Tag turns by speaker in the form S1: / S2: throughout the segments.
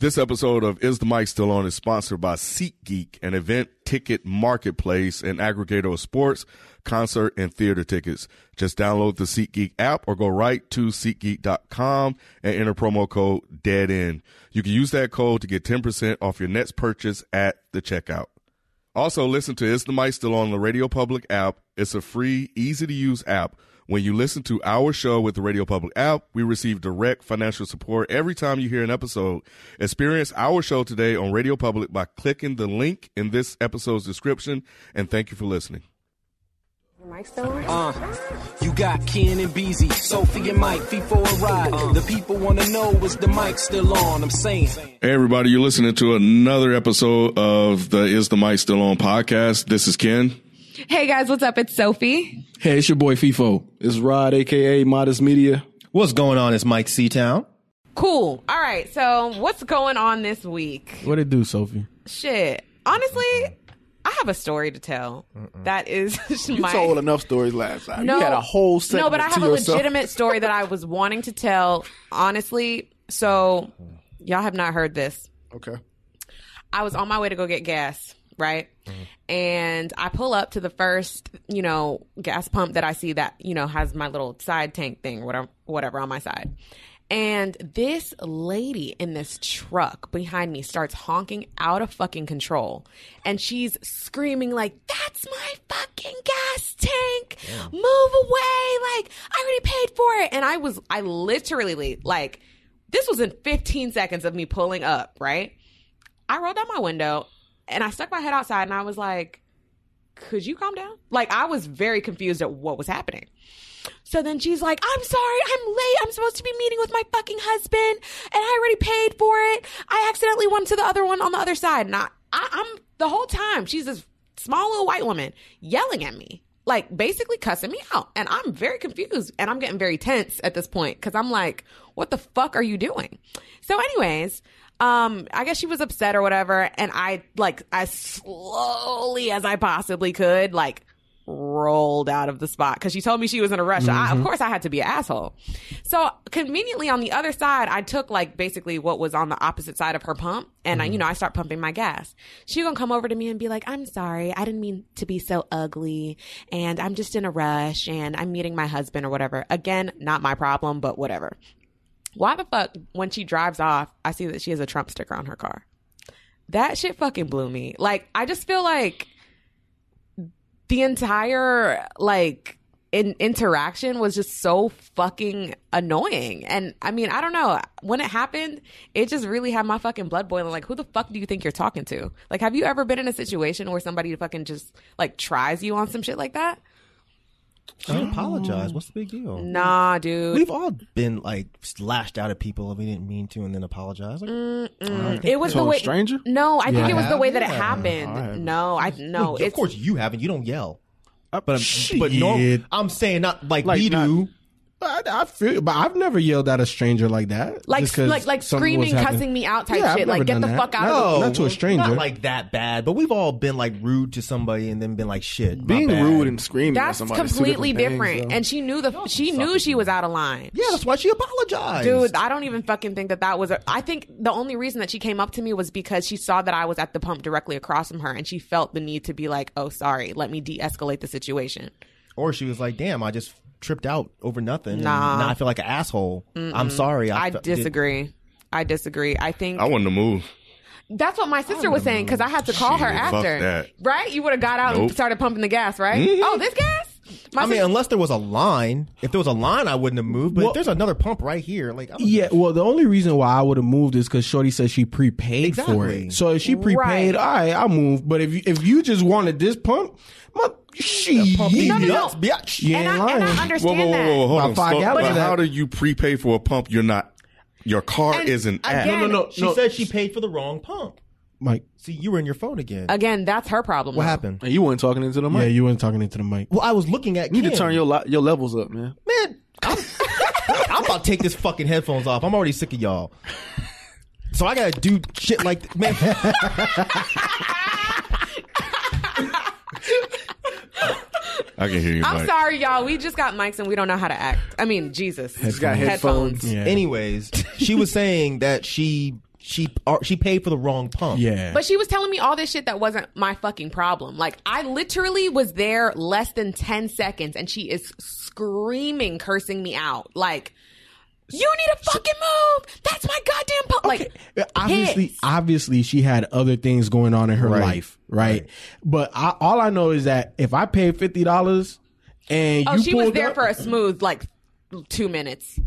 S1: This episode of Is the Mic Still On is sponsored by SeatGeek, an event ticket marketplace and aggregator of sports, concert, and theater tickets. Just download the SeatGeek app or go right to SeatGeek.com and enter promo code Dead End. You can use that code to get 10% off your next purchase at the checkout. Also, listen to Is the Mic Still On the Radio Public app. It's a free, easy to use app. When you listen to our show with the Radio Public app, we receive direct financial support every time you hear an episode. Experience our show today on Radio Public by clicking the link in this episode's description. And thank you for listening.
S2: Mike still on?
S3: Uh, you got Ken and Beezy, Sophie and Mike, feet for a ride.
S4: Uh.
S3: the people wanna know is the mic still on? I'm saying.
S1: Hey, everybody, you're listening to another episode of the Is the Mic Still On podcast. This is Ken.
S5: Hey guys, what's up? It's Sophie.
S6: Hey, it's your boy FIFO.
S4: It's Rod, aka Modest Media.
S7: What's going on? It's Mike Seatown.
S2: Cool. All right. So, what's going on this week?
S6: What it do, Sophie?
S2: Shit. Honestly, I have a story to tell. That is
S4: You
S2: my
S4: told enough stories last time. you had a whole segment
S2: No, but I
S4: to
S2: have a
S4: yourself.
S2: legitimate story that I was wanting to tell. Honestly, so
S6: Mm-hmm.
S2: y'all have not heard this.
S4: Okay.
S2: I was on my way to go get gas, right? And I pull up to the first, you know, gas pump that I see that, you know, has my little side tank thing, whatever, whatever on my side. And this lady in this truck behind me starts honking out of fucking control. And she's screaming, like, that's my fucking gas tank. Move away. Like, I already paid for it. And I was, I literally, like, this was in 15 seconds of me pulling up, right? I rolled down my window and I stuck my head outside and I was like, could you calm down? Like, I was very confused at what was happening. So then she's like, I'm sorry, I'm late. I'm supposed to be meeting with my fucking husband and I already paid for it. I accidentally went to the other one on the other side. And I, I, I'm the whole time, she's this small little white woman yelling at me, like basically cussing me out. And I'm very confused and I'm getting very tense at this point because I'm like, what the fuck are you doing? So, anyways, um, I guess she was upset or whatever. And I, like, as slowly as I possibly could, like, rolled out of the spot because she told me she was in a rush. I, of course, I had to be an asshole. So conveniently on the other side, I took like basically what was on the opposite side of her pump, and I, you know, I start pumping my gas. She gonna come over to me and be like, "I'm sorry, I didn't mean to be so ugly, and I'm just in a rush, and I'm meeting my husband or whatever." Again, not my problem, but whatever. Why the fuck when she drives off, I see that she has a Trump sticker on her car. That shit fucking blew me. Like, I just feel like the entire like in- interaction was just so fucking annoying. And I mean, I don't know. When it happened, it just really had my fucking blood boiling. Like, who the fuck do you think you're talking to? Like, have you ever been in a situation where somebody fucking just like tries you on some shit like that?
S7: Don't
S2: Oh.
S7: apologize. What's the big deal?
S2: Nah, dude.
S7: We've all been like lashed out at people if we didn't mean to, and then apologize.
S2: Mm.
S7: Like,
S2: it was
S4: To
S2: the
S4: a
S2: way
S4: stranger?
S2: No, I think it was the way that it
S7: Yeah.
S2: happened. No, I no.
S7: of
S2: it's,
S7: course you haven't. You don't yell.
S6: but I'm,
S7: But no, I'm saying not like,
S6: Like,
S7: we
S6: not-
S7: do.
S6: I, I feel, but I've never yelled at a stranger like that.
S2: Like-
S6: just 'cause
S2: like- like
S6: something was
S2: screaming,
S6: happening.
S2: cussing me out type
S6: Yeah, I've
S2: shit, like,
S6: never
S2: get
S6: done
S2: the
S6: that.
S2: fuck out
S6: Not-
S2: of the-
S6: Not to a stranger.
S7: Not like that bad, but we've all been like rude to somebody and then been like shit. my
S4: Being
S7: bad.
S4: rude and screaming. at
S2: that's
S4: somebody is two
S2: completely different.
S4: things, though.
S2: and she knew the she knew she was out of line.
S7: yeah, that's why she apologized.
S2: Dude, I don't even fucking think that that was. A, I think the only reason that she came up to me was because she saw that I was at the pump directly across from her, and she felt the need to be like, "Oh, sorry, let me de-escalate the situation."
S7: or she was like, "Damn, I just tripped out over nothing.
S2: Nah.
S7: and now I feel like an asshole. I'm sorry.
S2: I
S7: fe- did-
S2: disagree. I disagree. I think
S1: I wouldn't have moved.
S2: that's what my sister was saying because I had to call her
S1: Shit, fuck
S2: after.
S1: that.
S2: Right? You would have got out and
S1: Nope. Mm-hmm.
S2: started pumping the gas, right? Oh, this gas. My
S7: I mean,
S2: sis-
S7: unless there was a line. If there was a line, I wouldn't have moved. But
S6: Well-
S7: if there's another pump right here, like I'm
S6: Yeah, well, the only reason why I would have moved is because Shorty said she prepaid for
S7: Exactly.
S6: it. So if she prepaid,
S2: Right.
S6: all right, I'll move. But if you, if you just wanted this pump, my, she,
S7: pump these
S2: no, no.
S7: nuts, bitch.
S6: you
S2: and,
S6: ain't
S2: I, and I
S6: lying.
S2: understand
S1: Whoa, whoa, whoa, whoa,
S2: that.
S1: hold
S6: By
S1: on.
S6: five
S1: Slow-
S6: gallons.
S1: but how do you prepay for a pump you're not your car is an app.
S2: again-
S6: No, no,
S7: She
S6: no.
S7: said she paid for the wrong pump.
S6: Mike.
S7: See, you were in your phone again.
S2: Again, that's her problem.
S7: what
S2: though.
S7: happened?
S4: And you weren't talking into the mic.
S6: Yeah, you weren't talking into the mic.
S7: Well, I was looking at.
S4: you need to
S7: Ken.
S4: turn your li- your levels up, man.
S7: man. I'm, I'm about to take this fucking headphones off. I'm already sick of y'all. So I gotta do shit like th- man.
S1: I can hear you.
S2: I'm
S1: Mike.
S2: sorry, y'all. We just got mics and we don't know how to act. I mean, Jesus. Headphones.
S4: got headphones.
S6: Yeah.
S7: Anyways, she was saying that she she uh, she paid for the wrong pump.
S6: yeah.
S2: But she was telling me all this shit that wasn't my fucking problem. Like I literally was there less than 10 seconds and she is screaming cursing me out. Like you need to fucking move. That's my goddamn pump. Like
S6: Uh, obviously
S2: pissed.
S6: obviously she had other things going on in her life right, but I, all i know is that if i paid $50 and
S2: Oh,
S6: you
S2: she was
S6: pulled
S2: there
S6: up-
S2: for a smooth like 2 minutes.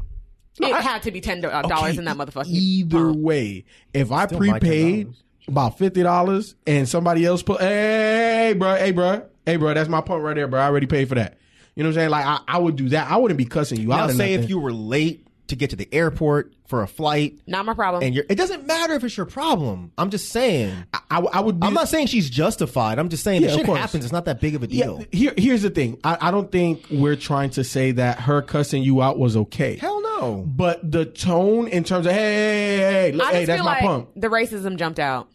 S2: It had to be $10
S6: Okay,
S2: in that motherfucker.
S6: either way if i
S7: my
S6: prepaid
S7: $10.
S6: about $50 and somebody else put hey bro hey bro hey bro that's my pump right there bro i already paid for that you know what i'm saying like i, I would do that i wouldn't be cussing you
S7: Now
S6: out or
S7: say if
S6: nothing.
S7: you were late to get to the airport for a flight,
S2: Not my problem.
S7: and you're it doesn't matter if it's your problem. I'm just saying.
S6: I, I would be
S7: I'm not saying she's justified. I'm just saying
S6: Yeah,
S7: the
S6: of
S7: shit
S6: course.
S7: happens. It's not that big of a deal.
S6: Yeah, here, here's the thing. I, I don't think we're trying to say that her cussing you out was okay.
S7: Hell no.
S6: But the tone in terms of hey, hey, hey, hey, look,
S2: I just
S6: hey that's
S2: feel
S6: my
S2: like
S6: pump.
S2: the racism jumped out.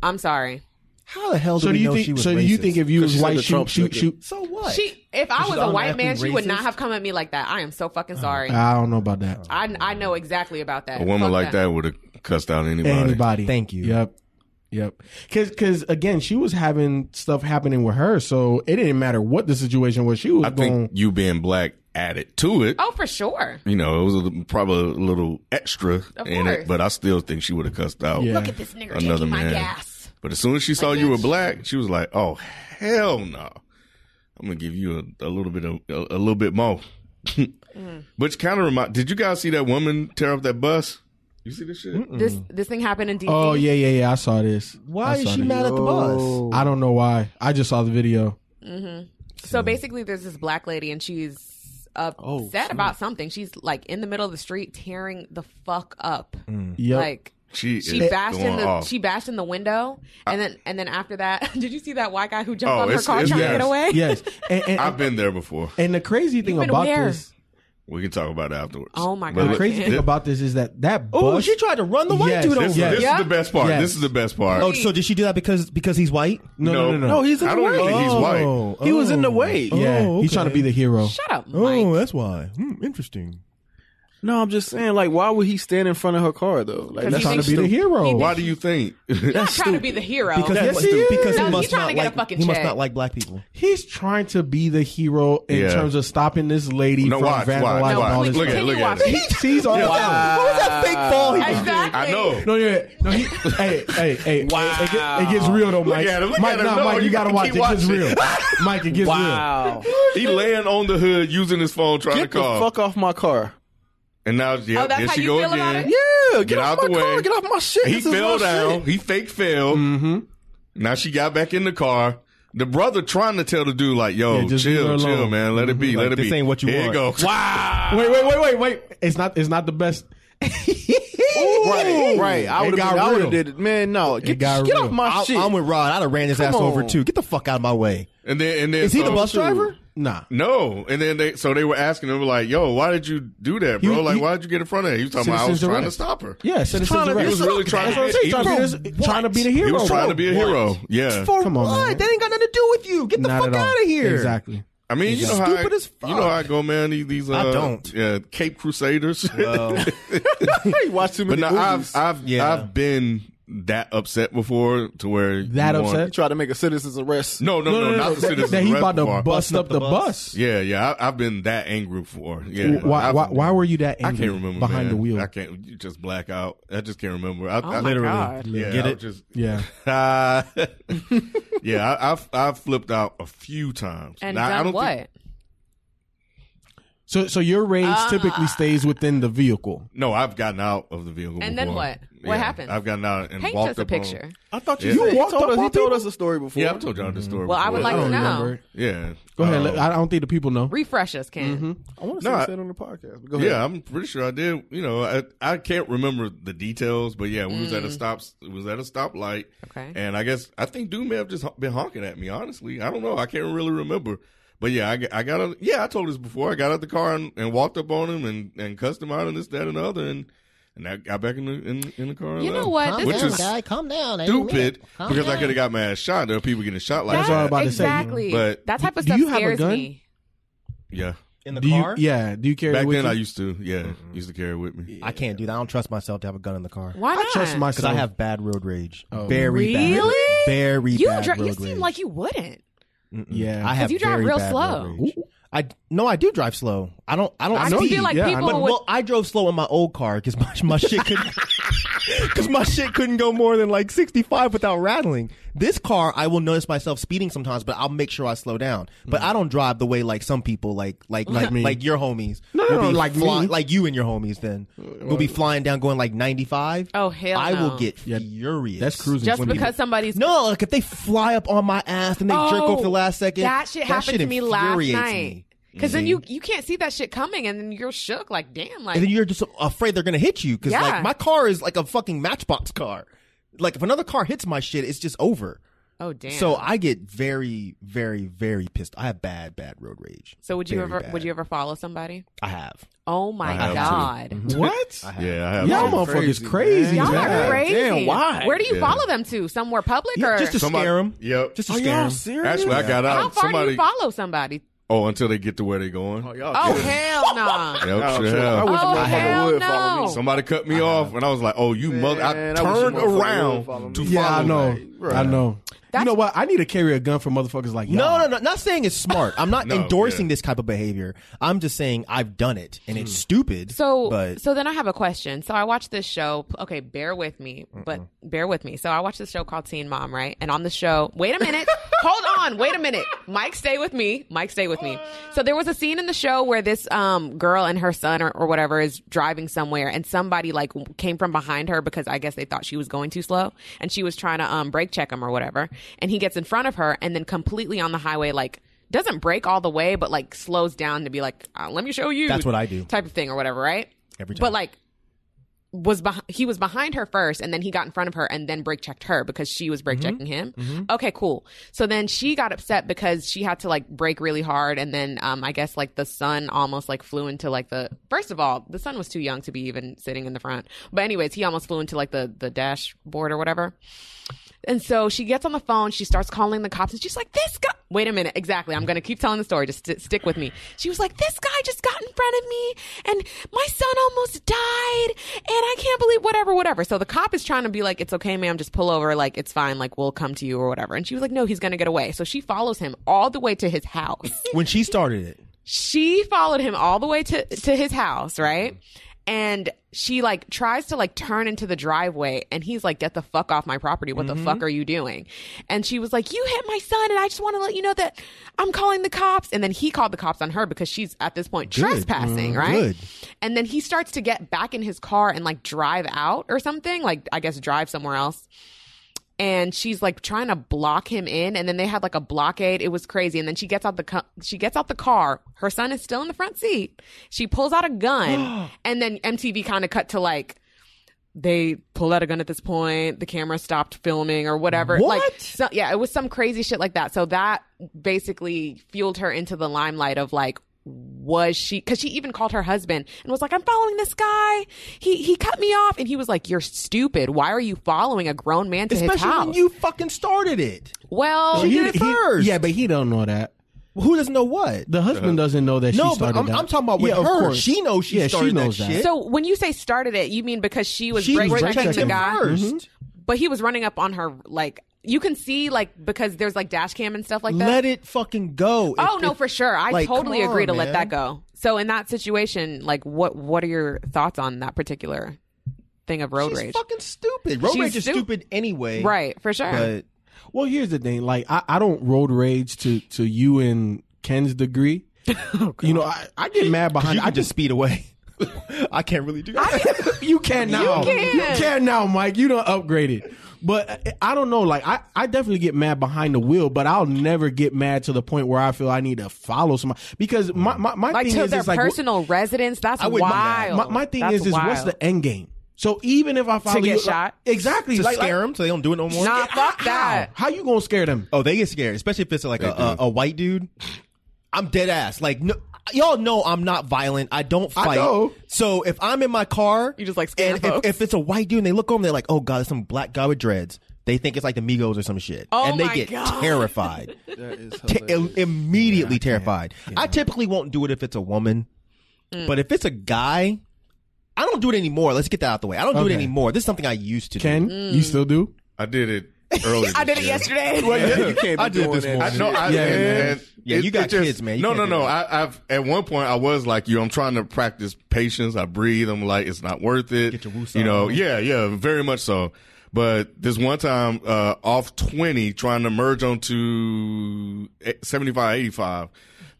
S2: I'm sorry.
S7: How the hell do
S6: So do
S7: we
S6: you
S7: know she
S6: think?
S7: was
S6: So do
S7: racist?
S6: you think if you
S4: 'Cause
S6: was
S4: she said
S6: white,
S4: the
S6: shoot,
S4: Trump
S6: shoot,
S4: shoot it.
S6: shoot?
S7: so what?
S2: She if I
S7: She's
S2: was a white man,
S7: automatically
S2: she would not
S7: racist? Uh,
S2: have come at me like that. I am so fucking sorry.
S6: I don't know about that.
S2: I, I know exactly about that.
S1: A woman
S2: Fuck
S1: like that would have cussed out anybody.
S6: Anybody?
S7: Thank you.
S6: Yep. Yep. Because again, she was having stuff happening with her, so it didn't matter what the situation was. She was
S1: I
S6: going.
S1: think you being black added to it.
S2: Oh, for sure.
S1: You know, it was a, little- probably a little extra
S2: Of
S1: in
S2: course.
S1: it, but I still think she would have cussed out.
S6: Yeah.
S2: Look at this nigga
S1: Another
S2: taking my
S1: man.
S2: gas.
S1: But as soon as she saw you were black, she was like, "Oh hell no! I'm gonna give you a, a little bit of a, a little bit more."
S2: Mm.
S1: Which kind of remind? Did you guys see that woman tear up that bus? You see this shit?
S7: Mm.
S2: This this thing happened in DC.
S6: Oh yeah, yeah, yeah. I saw this. I
S7: Why is
S6: saw
S7: she
S6: this.
S7: mad at the bus?
S6: I don't know why. I just saw the video.
S2: So basically, there's this black lady and she's upset
S7: Oh,
S2: about something. She's like in the middle of the street tearing the fuck up.
S6: Yep.
S2: Like
S1: Mm. She
S2: she
S1: is
S2: bashed in
S1: going
S2: the
S1: off.
S2: she bashed in the window, and then and then after that, did you see that white guy who jumped
S1: Oh,
S2: on her
S1: it's-
S2: car
S1: it's-
S2: trying to
S1: yes.
S2: get away?
S6: yes. And, and,
S1: I've been there before.
S6: and the crazy thing
S2: been
S6: about
S2: where?
S6: this.
S1: We can talk about it afterwards.
S2: Oh, my
S1: But
S2: God.
S1: look,
S6: crazy
S1: thi-
S6: thing
S1: this,
S6: about this is that that bus.
S7: Oh, she tried to run the white
S6: Yes,
S7: dude
S6: this-
S7: over.
S1: This,
S6: Yeah.
S1: is the best part.
S6: Yeah.
S1: This is the best part.
S7: Oh, so did she do that because because he's white?
S6: no, no, no, no,
S4: No, he's in
S1: I
S4: the
S1: don't
S4: way.
S1: even think he's white.
S7: Oh,
S4: He was in the
S7: oh.
S4: way.
S6: Yeah,
S7: Oh,
S6: he's
S7: okay.
S6: trying to be the hero.
S2: Shut up, Mike.
S7: Oh, that's why. Hmm, interesting.
S4: No, I'm just saying, like, why would he stand in front of her car though? Like,
S6: He's
S2: he
S6: trying to
S2: thinks
S6: be the
S2: he-
S6: hero.
S1: Why do you think?
S2: Not trying to be the hero.
S7: Because
S4: That's
S7: he,
S4: stupid.
S7: because
S2: No,
S7: he
S2: he's
S7: must
S2: trying
S7: not
S2: to get a
S7: like
S2: fucking
S7: he must
S2: check.
S7: not like black people.
S6: He's trying to be the hero in
S1: Yeah.
S6: terms of stopping this lady
S1: No,
S6: from
S1: watch, watch,
S6: vandalizing
S1: watch.
S6: all
S2: no,
S6: this.
S2: please
S1: Look
S6: stuff.
S1: at-
S2: continue
S1: look at it.
S2: watching.
S6: He sees all
S1: Yeah.
S6: that.
S7: What was that fake ball he was doing?
S2: Exactly.
S1: I know.
S6: No, yeah, no. He, hey, hey, hey. Wow. It, get- it gets real though, Mike.
S1: at him, look
S6: Mike,
S1: at him.
S6: nah,
S1: No,
S6: Mike, you,
S1: you
S6: gotta
S1: gotta
S6: watch. It
S1: keep
S6: gets
S1: watching.
S6: real. Mike, it gets real.
S4: wow.
S1: He laying on the hood using his phone trying
S4: Get
S1: to
S4: the
S1: call.
S4: fuck off my car.
S1: And now, yeah,
S2: that's
S1: there
S2: how
S1: she
S2: you
S1: go
S2: feel about
S1: again.
S2: it?
S4: Yeah, get,
S1: Get
S4: off
S1: out
S4: my
S1: the way.
S4: car. Get off my shit.
S1: He
S4: This is
S1: fell
S4: my
S1: down.
S4: shit.
S1: He fake fell. Mm-hmm. Now she got back in the car. The brother trying to tell the dude like, "Yo,
S6: Yeah, just leave her
S1: chill,
S6: alone.
S1: chill, man. Let it be.
S7: Like,
S1: let it
S7: this
S1: be.
S7: ain't what you
S1: Here you
S7: want.
S1: go. Wow.
S6: Wait, wait, wait, wait, wait. It's not. It's not the best.
S4: Right, right. I
S6: It
S4: would
S6: got
S4: have. I would
S6: real.
S4: have did it, man. No, get,
S6: got
S4: get
S6: real.
S4: off my
S7: I,
S4: shit.
S7: am with Rod. I'd have ran his ass
S4: Come
S7: over
S4: on.
S7: too. Get the fuck out of my way.
S1: And then, and then,
S7: Is he
S1: so-
S7: the bus driver?
S6: Nah.
S1: No. And then they, so they were asking him like, "Yo, why did you do that, bro?
S6: You-
S1: like,
S6: you-
S1: why did you get in front of him?" He was talking about I was
S6: Citizen's
S1: trying to
S6: arrest.
S1: stop her.
S6: Yeah, citizens
S4: trying to be-
S6: arrest.
S1: he was really
S4: Look,
S1: trying
S6: That's
S1: to.
S6: what I'm saying.
S1: he
S6: Trying,
S1: was-
S6: to be, this, trying to be the hero.
S1: he was trying to
S6: bro.
S1: be a hero. Yeah.
S7: For
S6: Come on,
S7: what?
S6: man.
S7: That ain't got nothing to do with you. Get the
S6: Not
S7: fuck
S6: at all.
S7: out of here.
S6: Exactly.
S1: I mean, you know how
S7: Stupid
S1: I,
S7: as fuck.
S1: you know how I go, man. These, these uh,
S7: I don't.
S1: Yeah, Cape Crusaders.
S4: Hey, watch too
S1: but
S4: many
S1: now
S4: movies.
S1: I've I've
S7: Yeah.
S1: I've been that upset before to where
S6: That
S1: you
S6: upset?
S1: want-
S4: You try to make a citizen's arrest.
S1: No, no, no, not the
S6: that-
S1: citizens.
S6: That he
S1: arrest
S6: about to
S1: before.
S6: bust, up, the bus.
S1: Yeah, yeah. I, I've been that angry before. Yeah.
S6: W- Why,
S1: I've-
S6: why, why were you that
S1: I
S6: angry
S1: can't remember
S6: behind
S1: man.
S6: the wheel?
S1: I can't. You just black out. I just can't remember. I,
S2: Oh
S1: I,
S2: my
S1: literally.
S2: god.
S1: Yeah,
S7: Get
S1: I
S7: it?
S1: Just,
S6: Yeah.
S1: Uh, yeah, I, I've I've flipped out a few times.
S2: And
S1: Now, I
S2: done
S1: don't
S2: what?
S1: Think,
S6: So so your rage
S2: Uh-huh.
S6: typically stays within the vehicle.
S1: No, I've gotten out of the vehicle.
S2: And then
S1: before.
S2: what? What happened?
S1: I've gotten out and
S2: Paint
S1: walked
S2: us a
S1: up on-
S2: picture.
S4: I thought you,
S1: Yeah.
S4: said
S1: You
S4: he
S6: walked
S4: told
S6: up
S4: us. He
S6: on
S4: told
S6: people?
S4: us a story before.
S1: yeah, I've told y'all this story.
S2: Well, I
S1: before.
S2: would like
S6: I
S2: to
S6: don't
S2: know.
S6: remember.
S1: Yeah.
S6: Go ahead.
S1: Uh,
S6: let- I don't think the people know.
S2: Refresh us, Ken.
S4: I want to say
S1: No,
S4: you
S1: I-
S4: said it on the podcast. But go ahead.
S1: Yeah, I'm pretty sure I did. You know, I, I can't remember the details, but yeah, we was at a stop. It was at a stoplight.
S2: Okay.
S1: And I guess I think Dude may have just hon- been honking at me. Honestly, I don't know. I can't really remember. But yeah, I, g- I got out. Yeah, I told this before. I got out the car and, and walked up on him and, and cussed him out and this, that, and the other, and and I got back in the in, in the car. and
S2: You know
S1: left.
S2: what? This
S1: Which
S2: is
S1: is
S7: calm down.
S1: stupid because I could have got my ass shot. There are people getting shot like
S6: That's all
S1: that.
S6: I'm about to say.
S2: exactly.
S1: But-
S2: that type of
S6: Do
S2: stuff
S6: you have a
S2: scares
S6: gun?
S2: me.
S1: yeah.
S7: in the
S6: Do you?
S7: car.
S6: Yeah. Do you carry?
S1: Back
S6: with
S1: then,
S6: you?
S1: I used to. Yeah, used to carry it with me.
S7: I can't do that. I don't trust myself to have a gun in the car
S2: Why not?
S6: I trust
S7: because
S6: myself.
S7: I have bad road rage.
S6: Oh.
S7: Very
S2: Really?
S7: bad. Very
S2: You
S7: bad.
S2: dri- you
S7: road
S2: seem
S7: rage.
S2: like you wouldn't.
S7: Mm-mm.
S6: Yeah.
S7: I
S6: 'Cause
S7: have
S2: you drive
S7: very
S2: real
S7: bad
S2: slow.
S7: road rage. I no, I do drive slow. I don't. I don't.
S2: I
S7: speed.
S2: just feel like
S6: yeah, I
S2: people
S7: But
S2: would.
S7: well, I drove slow in my old car because my, my shit couldn't because my shit couldn't go more than like sixty five without rattling. This car, I will notice myself speeding sometimes, but I'll make sure I slow down. But I don't drive the way like some people, like Mm. like like
S6: me.
S7: like your homies.
S6: No, no,
S7: will
S6: no,
S7: be
S6: like me.
S7: like you and your homies. Then we'll be flying down, going like ninety five.
S2: Oh, hell
S7: I
S2: no.
S7: will get furious.
S6: That's cruising.
S2: just
S6: When people-
S2: because somebody's
S7: No, like if they fly up on my ass and they jerk
S2: Oh,
S7: off the last second,
S2: That shit happened to me last
S7: infuriates
S2: night.
S7: me.
S2: Because then you you can't see that shit coming, and then you're shook. Like damn, like
S7: and then you're just afraid they're gonna hit you because
S2: Yeah.
S7: like my car is like a fucking matchbox car. Like if another car hits my shit, it's just over.
S2: oh damn.
S7: So I get very, very, very pissed. I have bad, bad road rage.
S2: So would you
S7: Very
S2: ever
S7: bad.
S2: would you ever follow somebody?
S7: I have.
S2: Oh my
S1: have
S2: god,
S6: Mm-hmm. what?
S1: Yeah, I have.
S6: Y'all
S1: too.
S6: motherfuckers crazy.
S4: man.
S2: y'all
S6: man.
S2: are crazy.
S4: Damn, why?
S2: Where do you
S1: Yeah.
S2: follow them to? Somewhere public
S7: Yeah,
S2: or
S7: just to
S1: Somebody-
S7: scare them.
S1: Yep.
S7: Just to
S4: Are
S7: scare
S4: y'all
S7: them.
S4: serious?
S1: Actually, I got out.
S2: how far
S1: somebody,
S2: do you follow somebody?
S1: Oh, until they get to where they're going.
S4: Oh, y'all
S2: Oh
S4: kidding.
S2: hell no.
S1: Yep,
S4: Oh,
S1: sure
S4: sure.
S1: have.
S4: I wish
S2: Oh,
S4: a motherfucker
S2: hell
S4: would follow
S2: no.
S4: me.
S1: Somebody cut me off, and I was like, "Oh, you mother!" I
S4: Man, I wish a
S1: turned
S4: motherfucker would follow
S1: around to
S4: me.
S6: Yeah,
S1: follow.
S6: I know. I know.
S2: That's-
S6: you know what? I need to carry a gun for motherfuckers like y'all.
S7: No, no, no. Not saying it's smart. I'm not
S1: No,
S7: endorsing
S1: yeah. Hmm.
S7: this type of behavior. I'm just saying I've done it and it's stupid.
S2: So
S7: but
S2: so then I have a question. So I watched this show. Okay, bear with me, but bear with me. So I watched this show called Teen Mom, right? And on the show, wait a minute, hold on, wait a minute. Mike, stay with me. Mike, stay with me. So there was a scene in the show where this um, girl and her son or, or whatever is driving somewhere, and somebody like w- came from behind her because I guess they thought she was going too slow, and she was trying to um, brake check him or whatever, and he gets in front of her, and then completely on the highway like. Doesn't break all the way, but like slows down to be like, uh, "Let me show you."
S7: That's what I do.
S2: type of thing or whatever, right?
S7: Every time.
S2: But like was beh- he was behind her first and then he got in front of her and then brake checked her because she was
S7: Mm-hmm.
S2: brake checking him. Okay, cool. So then she got upset because she had to like brake really hard and then um I guess like the son almost like flew into like the first of all, the son was too young to be even sitting in the front. But anyways, he almost flew into like the the dashboard or whatever. And so she gets on the phone. She starts calling the cops, and she's like, "This guy." Wait a minute. Exactly. I'm going to keep telling the story. Just st- stick with me. She was like, "This guy just got in front of me, and my son almost died, and I can't believe whatever, whatever." So the cop is trying to be like, "It's okay, ma'am. Just pull over. Like it's fine. Like we'll come to you or whatever." And she was like, "No, he's going to get away." So she follows him all the way to his house.
S7: when she started it,
S2: she followed him all the way to to his house, right? And she like tries to like turn into the driveway and he's like get the fuck off my property. What the fuck are you doing? And she was like, "You hit my son and I just want to let you know that I'm calling the cops." And then he called the cops on her because she's at this point trespassing, right?
S7: good.
S2: And then he starts to get back in his car and like drive out or something, like I guess drive somewhere else and she's like trying to block him in and then they had like a blockade it was crazy and then she gets out the co- she gets out the car her son is still in the front seat she pulls out a gun and then MTV kind of cut to like they pulled out a gun at this point the camera stopped filming or whatever
S7: What?
S2: like so, yeah it was some crazy shit like that so that basically fueled her into the limelight of like was she because she even called her husband and was like i'm following this guy he he cut me off and he was like you're stupid why are you following a grown man to his
S7: especially
S2: house
S7: when you fucking started it.
S2: well,
S7: She did it first.
S6: yeah, but he don't know that.
S7: Who doesn't know what?
S6: The husband doesn't know that she
S7: Uh-huh. no, but
S6: started
S7: I'm,
S6: that.
S7: I'm talking about with
S6: Yeah, of
S7: her.
S6: course.
S7: She knows she
S6: Yeah,
S7: started
S6: knows
S7: that,
S6: that.
S7: shit.
S2: so when you say started it, you mean because she was
S7: She
S2: brake
S7: brake
S2: checking
S7: checked
S2: the
S7: him
S2: guy,
S7: 1st
S2: but he was running up on her. Like you can see, like because there's like dash cam and stuff like that.
S7: Let it fucking go. If-
S2: oh no,
S7: if-
S2: for sure. I
S7: like,
S2: totally
S7: come on,
S2: agree to let that
S7: man.
S2: go. So in that situation, like what what are your thoughts on that particular thing of road
S7: She's
S2: rage?
S7: fucking stupid. Road
S2: She's
S7: rage is
S2: stu-
S7: stupid anyway.
S2: right, for sure.
S7: But
S6: Well, here's the thing. Like, I, I don't road rage to to you and Ken's degree.
S2: Oh,
S6: you know, I, I get mad behind.
S7: You
S6: I
S7: can just
S6: just
S7: speed away. I can't really do that.
S6: you can now.
S2: You can.
S6: now, Mike. You don't upgrade it. But I I don't know. Like I, I definitely get mad behind the wheel, but I'll never get mad to the point where I feel I need to follow somebody because my my, my
S2: Like
S6: thing
S2: to
S6: is
S2: their
S6: it's like
S2: personal residence. That's
S7: wouldn't mind that.
S2: wild.
S6: my, my thing
S2: That's
S6: is is what's
S2: wild.
S6: the end game? So even if I follow
S2: get
S6: you, like-
S2: shot?
S6: exactly
S7: to
S6: like,
S7: scare
S6: like,
S7: them so they don't do it no more.
S2: Nah, fuck
S6: How?
S2: that.
S6: How you gonna scare them?
S7: Oh, they get scared, especially if it's like a, a,
S1: do.
S7: a white dude. I'm dead ass. Like, no, y'all know I'm not violent. I don't
S6: I
S7: fight.
S6: know.
S7: So if I'm in my car,
S2: You just like scare
S7: and if,
S2: folks.
S7: if it's a white dude and they look over, and they're like, "Oh God, it's some black guy with dreads." They think it's like the Migos or some shit,
S2: Oh
S7: and they
S2: my
S7: get
S2: God.
S7: terrified,
S4: That is
S7: Te-
S4: hilarious.
S7: im- immediately terrified. I typically won't do it if it's a woman,
S2: Mm.
S7: but if it's a guy, I don't do it anymore. Let's get that out the way. I don't do
S6: Okay.
S7: it anymore. This is something I used to
S6: Ken,
S7: do.
S2: Mm.
S6: you still do?
S1: I did it earlier.
S2: I did
S1: this
S2: it
S1: year.
S2: yesterday.
S4: you can't be
S7: I did
S4: doing
S7: this
S4: that
S7: morning.
S1: I know. I,
S6: Yeah,
S1: and-
S6: man.
S1: and
S7: Yeah, you got kids, man. You
S1: no,
S7: can't
S1: no,
S7: do
S1: no.
S7: that.
S1: I, I've at one point I was like you. I'm trying to practice patience. I breathe. I'm like it's not worth it.
S7: Get your woosah
S1: you know.
S7: on.
S1: Yeah, yeah. Very much so. But this one time, uh, off twenty, trying to merge onto eh, 75, 85,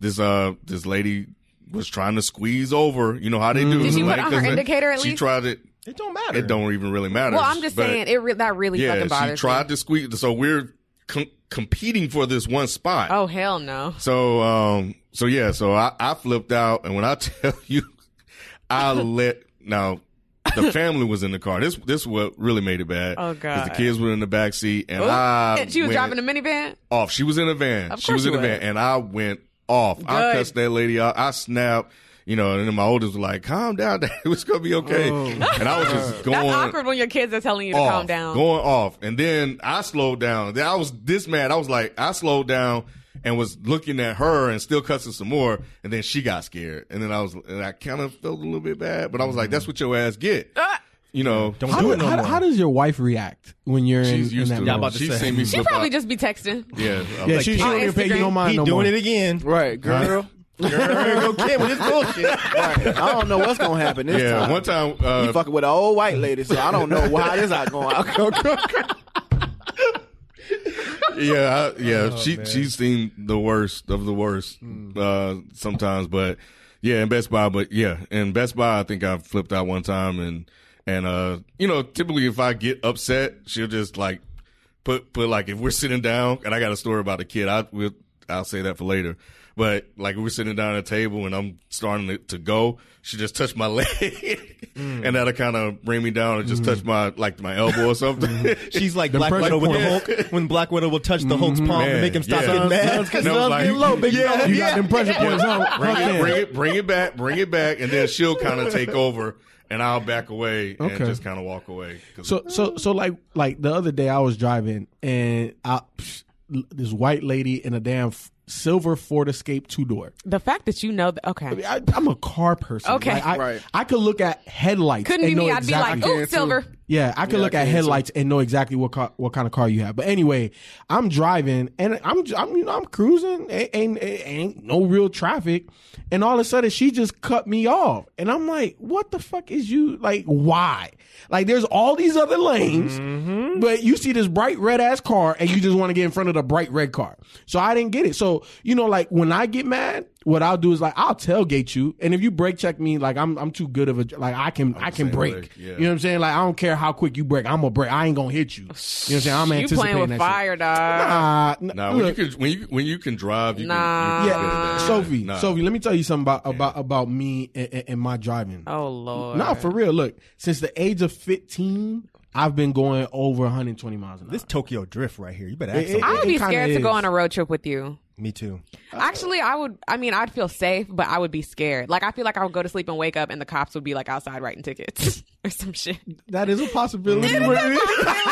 S1: this uh, this lady was trying to squeeze over. You know how they do.
S2: Did you put
S1: Like,
S2: on her
S1: 'cause
S2: indicator at
S1: She
S2: least?
S1: tried it.
S7: It don't matter.
S1: It don't even really matter.
S2: Well, I'm just
S1: But-
S2: saying it. Re- that really
S1: yeah,
S2: fucking bothers
S1: she tried
S2: me.
S1: to squeeze. So we're com- competing for this one spot.
S2: Oh hell no.
S1: So, um, so yeah, so I, I flipped out, and when I tell you, I let now the family was in the car. This this is what really made it bad.
S2: Oh,
S1: the
S2: God.
S1: kids were in the back seat, and I
S2: And she was
S1: went
S2: driving a minivan.
S1: off. She was in a van.
S2: Of
S1: she
S2: course
S1: was in
S2: you
S1: a
S2: were.
S1: van, and I went off. I
S2: Good.
S1: cussed that lady out. I snapped. You know, and then my oldest was like, "Calm down, Dad. It's gonna be okay." And I was just going.
S2: Oh. That's awkward when your kids are telling you to
S1: off,
S2: calm down.
S1: Going off. And then I slowed down. Then I was this mad. I was like, I slowed down and was looking at her and still cussing some more. And then she got scared. And then I was, and I kind of felt a little bit bad, but I was like, that's what your ass get.
S2: Ah!
S1: You know,
S7: Mm-hmm. Don't
S6: How,
S7: do
S6: do-
S7: it no
S6: how,
S7: more.
S6: how does your wife react when you're in,
S1: she's
S6: in
S1: used
S6: that?
S1: to
S7: Yeah,
S1: it.
S7: I'm
S6: mode?
S7: about to
S1: She's
S7: say.
S1: seen me
S2: She
S1: slip
S2: probably
S1: out.
S2: just be texting.
S1: Yeah. I'm
S6: Yeah,
S1: like,
S6: she, she don't even pay you
S2: Instagram.
S6: no mind
S7: He
S6: no more.
S7: doing it again.
S4: Right, girl.
S7: Go Ken with his bullshit.
S4: Right. I don't know what's gonna happen this
S1: yeah.
S4: time.
S1: One time, uh,
S4: you fucking with an old white lady, so I don't know why this out going out.
S1: yeah, I, yeah. she she's seen the worst of the worst uh, sometimes, but yeah, in Best Buy, but yeah, in Best Buy, I think I flipped out one time, and and uh, you know, typically if I get upset, she'll just like put put like if we're sitting down, and I got a story about a kid, I will I'll say that for later. But like we're sitting down at a table and I'm starting to, to go, she just touched my leg, and that'll kind of bring me down and just touch my like my elbow or something.
S7: She's like Black
S6: pressure
S7: Widow with the Mm-hmm.
S1: point.
S7: Hulk. When Black Widow will touch the Hulk's palm
S1: Man,
S7: and make him stop
S1: yeah.
S7: getting mad.
S1: Sounds- sounds No, like- getting low, big
S7: yeah,
S6: You
S7: yeah.
S6: got them pressure points on.
S1: bring
S6: Fuck
S1: it,
S6: yeah.
S1: bring it, bring it back, bring it back, and then she'll kind of take over, and I'll back away and
S6: Okay.
S1: just kind of walk away. 'Cause-
S6: So so so like like the other day I was driving and I psh, l- this white lady in a damn f- silver Ford Escape two door.
S2: The fact that you know, th- okay,
S6: I, I'm a car person.
S2: Okay.
S6: Like, I,
S4: Right.
S6: I could look at headlights.
S2: couldn't be
S6: and know
S2: me. I'd
S6: exactly-
S2: be like, ooh, silver.
S6: Yeah, I could look at headlights and know exactly what car, what kind of car you have. But anyway, I'm driving and I'm j- I'm you know I'm cruising. Ain't ain't, ain't no real traffic, and all of a sudden she just cut me off, and I'm like, what the fuck is you like? Why? Like, there's all these other lanes,
S1: Mm-hmm.
S6: but you see this bright red ass car, and you just want to get in front of the bright red car. So I didn't get it. So you know, like when I get mad. What I'll do is like I'll tailgate you, and if you brake check me, like I'm I'm too good of a like I can i can
S1: same way,
S6: brake.
S1: yeah.
S6: You know what I'm saying? Like, I don't care how quick you break. I'm gonna break. I ain't gonna hit you. You know what I'm saying? I'm
S2: You
S6: anticipating
S2: playing with
S6: that
S2: fire,
S6: Shit.
S2: dog.
S6: Nah, n-
S1: Nah, when
S6: look,
S1: you can when you when you can drive, you
S2: Nah.
S1: can. You can get it
S6: yeah,
S1: done.
S6: Sophie,
S1: Nah.
S6: Sophie, let me tell you something about about about me and, and, and my driving.
S2: Oh lord.
S6: nah, for real. Look, since the age of 15, I've been going over 120 miles an hour.
S7: This Tokyo Drift right here. You better
S6: It-
S7: ask
S6: it-
S7: somebody.
S2: I would be
S6: it kinda
S2: scared to go
S6: is.
S2: on a road trip with you.
S7: Me too.
S2: Actually, I would. I mean, I'd feel safe, but I would be scared. Like I feel like I would go to sleep and wake up, and the cops would be like outside writing tickets or some shit.
S6: that is a possibility.
S2: That's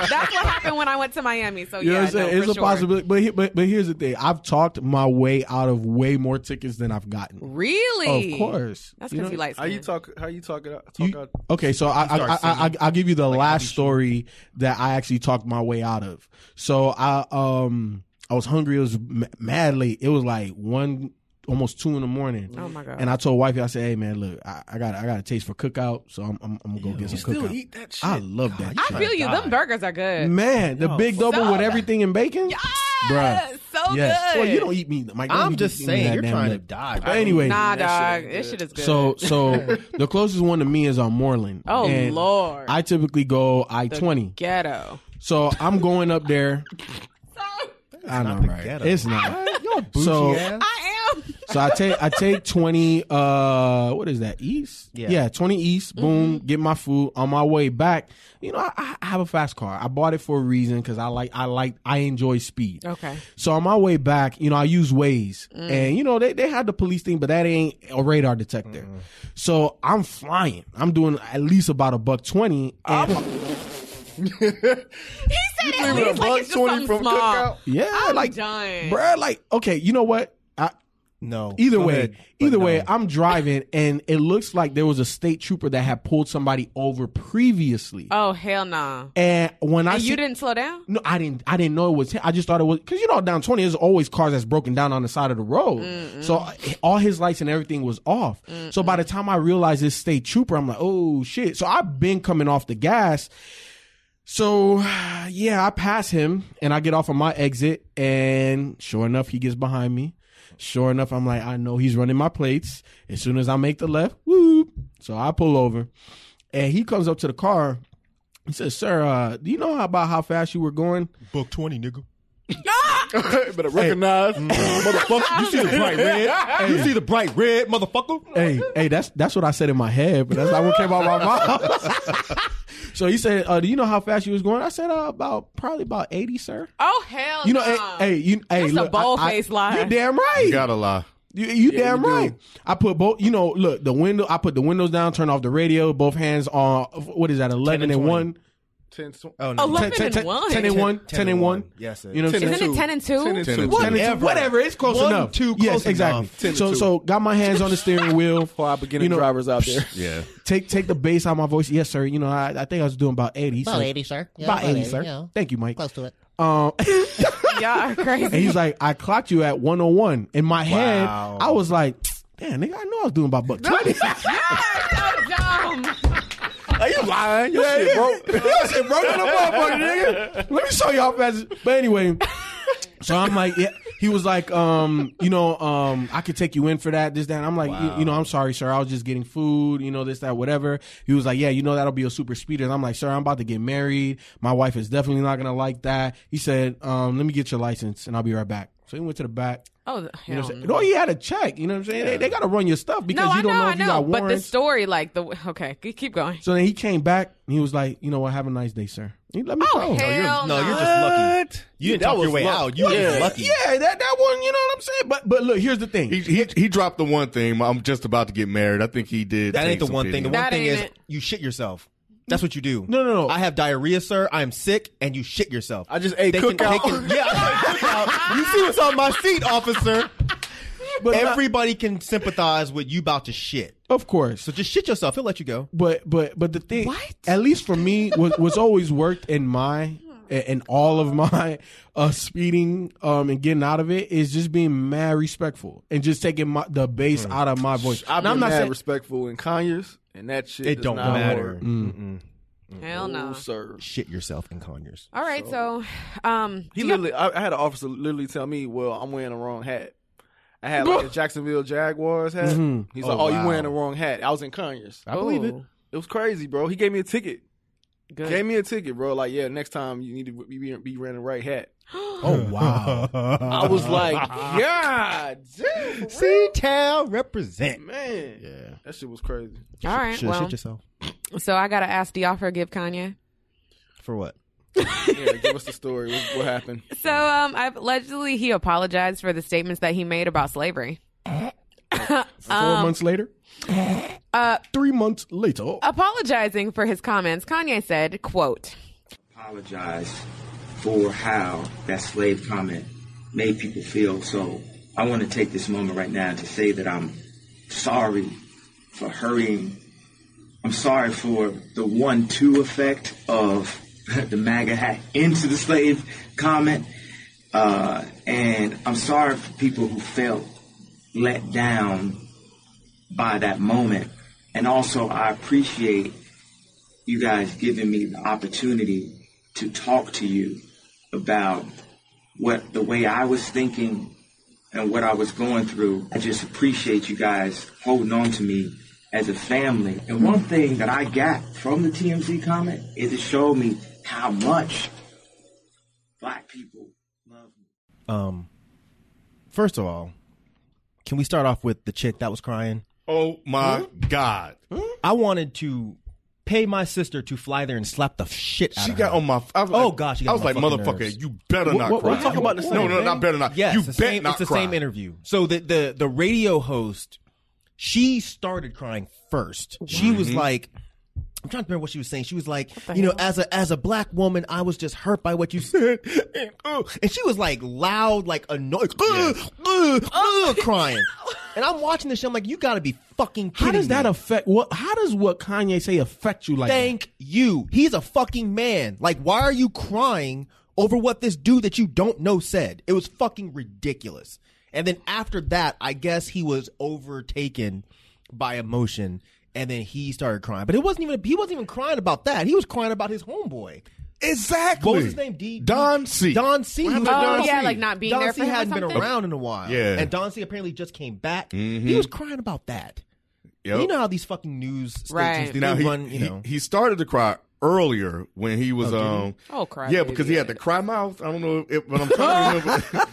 S2: what happened when I went to Miami. So
S6: You know
S2: yeah,
S6: what I'm saying?
S2: no,
S6: it's
S2: for
S6: a
S2: sure.
S6: possibility. But, he- but but here's the thing. I've talked my way out of way more tickets than I've gotten.
S2: Really?
S6: Of course.
S2: That's
S6: You
S2: because
S6: know-
S2: you like.
S4: How you talk? How you talk it out? Talk
S6: You-
S4: out
S6: okay, so I, I, I, I, I'll give you the last story that I actually talked my way out of. So I um I was hungry. It was m- mad late. It was like one almost two in the morning.
S2: Oh my God.
S6: And I told wifey, I said, "Hey man, look, I, I got I got a taste for cookout, so I'm I'm, I'm gonna go get some
S4: still
S6: cookout.
S4: eat that shit.
S6: I love that.
S2: I feel you. Them burgers are good.
S6: Man, the big double with everything and bacon.
S2: Ah,
S6: Bruh.
S2: So so
S4: Yes.
S2: good.
S6: Well, you don't eat meat, Mike. Don't
S7: I'm
S6: eat
S7: just
S6: meat in that
S7: saying, you're
S6: damn
S7: trying to
S6: lip.
S7: die.
S6: But anyway,
S2: Nah, dog. This shit is good.
S6: so so the closest one to me is on Moreland.
S2: Oh,
S6: And
S2: Lord.
S6: I typically go I twenty.
S2: ghetto.
S6: So I'm going up there. I know, right?
S7: ghetto.
S6: It's not.
S7: Y'all bougie
S6: So-
S7: ass.
S2: I am.
S6: So I take I take twenty. Uh, what is that? East.
S7: Yeah.
S6: twenty east. Boom.
S2: Mm-hmm.
S6: Get my food on my way back. You know, I- I, I have a fast car. I bought it for a reason because I like I like I enjoy speed.
S2: Okay. Mm.
S6: So on my way back, you know, I use Waze, and you know they they had the police thing, but that ain't a radar detector. So I'm flying. I'm doing at least about a buck twenty.
S2: Oh,
S6: And
S2: He said at least like it's just something small.
S6: yeah,
S2: I'm
S6: like
S2: done.
S6: bruh, like okay, you know what? I,
S7: No.
S6: Either
S7: Go
S6: way,
S7: ahead, but
S6: either
S7: no.
S6: way, I'm driving and it looks like there was a state trooper that had pulled somebody over previously.
S2: Oh hell nah.
S6: and when I
S2: And you
S6: see-
S2: didn't slow down.
S6: no, I didn't. I didn't know it was. him. I just thought it was because you know down twenty there's always cars that's broken down on the side of the road. So I- all his lights and everything was off. So by the time I realized this state trooper, I'm like, oh shit. So I've been coming off the gas. So yeah, I pass him and I get off on my exit, and sure enough, he gets behind me. Sure enough, I'm like, I know he's running my plates. As soon as I make the left, whoop. So I pull over, and he comes up to the car. He says, "Sir, uh, do you know how- about how fast you were going?"
S7: Book 20, nigga.
S4: Better recognize.
S6: Mm.
S7: Motherfucker, you see the bright red? You see the bright red, motherfucker?
S6: hey, hey, that's that's what I said in my head, but that's not what came out my mouth. so he said, uh, "Do you know how fast you was going?" I said, uh, "About probably about eighty, sir."
S2: Oh hell.
S6: You know,
S2: nah.
S6: hey, hey, you, hey,
S2: That's a
S6: look, I- I-
S2: bold-faced lie.
S6: You damn right.
S1: You
S6: You,
S1: gotta lie.
S6: you, damn right. I put both. You know, look, the window. I put the windows down, turn off the radio, both hands on. What is that? Eleven and,
S7: 20.
S6: one.
S7: Oh, no.
S2: Eleven and one.
S6: 10 and one. 10 and one.
S7: Yes, sir.
S6: You know what I'm saying?
S2: Isn't it ten and two?
S1: Ten and
S6: Ten
S1: two.
S6: and two,
S7: Whatever.
S6: whatever. It's close
S7: One,
S6: enough.
S7: two,
S6: yes,
S7: close
S6: exactly.
S7: enough. Ten
S4: and
S6: So,
S4: two.
S6: so got my hands on the steering wheel
S4: For our beginning
S6: You know-
S4: drivers out there.
S1: Yeah.
S6: take take the bass out of my voice. Yes, sir. You know, I, I think I was doing about eighty.
S8: About
S6: so-
S8: 80, sir. Yeah,
S6: about
S8: about
S6: 80,
S8: 80,
S6: sir.
S8: yeah.
S6: Thank you, Mike.
S8: Close to it.
S6: Um, and
S2: Y'all are crazy.
S6: he's like, I clocked you at 101. In my head,
S7: Wow.
S6: I was like, damn, nigga, I know I was doing about buck 20.
S2: so dumb.
S4: Are you lying? Your shit broke.
S6: I said, bro, no, no, motherfucker, nigga. Let me show y'all fast. But anyway, so I'm like, yeah. He was like, um, you know, um, I could take you in for that, this, that. And I'm like, you, you know, I'm sorry, sir. I was just getting food, you know, this, that, whatever. He was like, yeah, you know, that'll be a super speeder. And I'm like, sir, I'm about to get married. My wife is definitely not gonna like that. He said, um, let me get your license, and I'll be right back. So he went to the back.
S2: Oh
S6: You know
S2: hell.
S6: what I'm
S2: no.
S6: saying? Oh, he had a check. You know what I'm saying? They, they got to run your stuff because
S2: No, I
S6: you don't
S2: know,
S6: know,
S2: I
S6: if you got
S2: know. But the
S6: warrants.
S2: story, like the okay, keep keep going.
S6: so then he came back and he was like, you know what? Have a nice day, sir. He let me
S2: Oh,
S6: go.
S2: hell
S7: No,
S2: no.
S7: you're just lucky. You didn't
S4: That
S7: talk your
S4: was
S7: way
S4: luck.
S7: out. You were lucky.
S6: Yeah, that, that one, you know what I'm saying? But but look, here's the thing.
S1: He, he he dropped the one thing. I'm just about to get married. I think he did.
S7: That
S1: take
S7: ain't the
S1: some
S7: one
S1: pity.
S7: thing. The
S2: That
S7: one thing
S2: ain't
S7: is
S2: it.
S7: you shit yourself. That's what you do.
S6: No, no, no.
S7: I have diarrhea, sir. I am sick, and you shit yourself.
S4: I just ate
S7: can-
S4: cookout.
S7: can- yeah, I ate cookout. You see what's on my seat, officer.
S6: but not-
S7: Everybody can sympathize with you about to shit.
S6: of course.
S7: So just shit yourself. He'll let you go.
S6: But but but the thing,
S2: What?
S6: at least for me, was what's always worked in my in all of my uh speeding um and getting out of it is just being mad respectful and just taking my the bass out of my voice.
S4: I've
S6: Now,
S4: been
S6: I'm not
S4: mad
S6: saying
S4: respectful in Conyers, and that shit
S7: It
S4: does
S7: don't
S4: not
S7: matter.
S4: work.
S7: Mm-mm.
S6: Mm,
S2: Hell
S4: No,
S2: no.
S4: sir.
S7: Shit yourself in Conyers.
S2: All right, so um, do
S4: He
S2: you-
S4: literally, I, I had an officer literally tell me, "Well, I'm wearing the wrong hat." I had like a Jacksonville Jaguars hat. He's like,
S7: Oh,
S4: "Oh,
S7: wow.
S4: you wearing the wrong hat?" I was in Conyers.
S7: I believe it.
S2: Ooh,
S4: It was crazy, bro. He gave me a ticket.
S2: Good.
S4: Gave me a ticket, bro. Like, yeah, next time you need to be, be, be wearing the right hat.
S6: Oh wow.
S4: I was like, God, damn, for real?"
S7: See, town represent.
S4: man, yeah, that shit was crazy.
S2: All right,
S7: Shit,
S2: well,
S7: shit yourself.
S2: so I gotta ask the offer give Kanye.
S7: For what?
S4: Yeah, give us the story. What, what happened?
S2: So um, I've, allegedly he apologized for the statements that he made about slavery.
S6: Four
S2: Um,
S6: months later.
S2: uh,
S6: Three months later.
S2: Oh, Apologizing for his comments, Kanye said, "quote."
S9: apologize for how that slave comment made people feel. So I want to take this moment right now to say that I'm sorry for hurrying. I'm sorry for the one two effect of the MAGA hat into the slave comment. Uh, and I'm sorry for people who felt let down by that moment. And also, I appreciate you guys giving me the opportunity to talk to you about what the way I was thinking and what I was going through. I just appreciate you guys holding on to me as a family. And one thing that I got from the TMZ comment is it showed me how much black people love me.
S7: Um, first of all, can we start off with the chick that was crying?
S1: Oh my God.
S7: I wanted to pay my sister to fly there and slap the shit out
S1: She
S7: of
S1: got
S7: her.
S1: on my. I was
S7: Oh,
S1: like,
S7: God, she got
S1: I was
S7: on
S1: like,
S7: my fucking
S1: motherfucker,
S7: nerves.
S1: you better not
S7: what-
S1: cry.
S7: we're talking about the
S1: No,
S7: same
S1: no,
S7: thing?
S1: not better not.
S7: Yes,
S1: you
S7: the
S1: bet
S7: same,
S1: not
S7: it's the
S1: cry.
S7: same interview. So the, the the radio host, she started crying first. She was like, I'm trying to remember what she was saying. She was like, you know, as a as a black woman, I was just hurt by what you said, and, uh, and she was like loud, like annoyed, uh, uh, uh, crying. And I'm watching this show. I'm like, you got to be fucking kidding
S6: How does that
S7: me.
S6: affect what? How does what Kanye say affect you like that?
S7: Thank you. He's a fucking man. Like, why are you crying over what this dude that you don't know said? It was fucking ridiculous. And then after that, I guess he was overtaken by emotion, and then he started crying. But it wasn't even he wasn't even crying about that. He was crying about his homeboy.
S1: Exactly.
S7: What was his name? D-
S1: Don C.
S7: Don C.
S1: What happened to
S2: Oh,
S1: Don
S2: yeah,
S1: C?
S2: like not being
S7: Don
S2: there
S7: C
S2: for him or
S7: hadn't been
S2: something?
S7: around in a while.
S1: Yeah. Mm-hmm.
S7: And Don C apparently just came back. He was crying about that.
S1: Yep.
S7: You know how these fucking news stations
S2: Right.
S7: they
S1: now he,
S7: run, you
S1: he-
S7: know.
S1: he started to cry earlier when he was um
S2: Oh, cry
S1: yeah because he had the cry mouth I don't know if but I'm trying to remember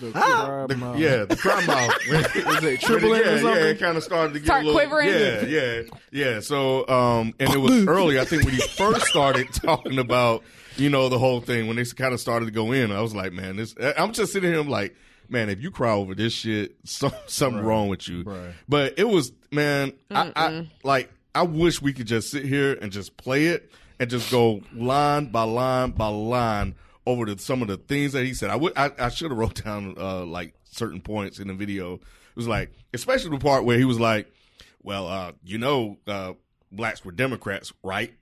S1: the, yeah the cry mouth when, was it
S4: trembling or
S1: yeah, yeah
S4: something?
S1: it kind of started to get
S2: Start
S1: a little
S2: quivering?
S1: yeah yeah yeah so um and it was early I think when he first started talking about you know the whole thing when they kind of started to go in I was like man this I'm just sitting here I'm like man if you cry over this shit so, something wrong with you but it was man I, I like I wish we could just sit here and just play it and just go line by line by line over to some of the things that he said. I would I, I should have wrote down uh, like certain points in the video. It was like especially the part where he was like, "Well, uh, you know, uh, blacks were Democrats, right?"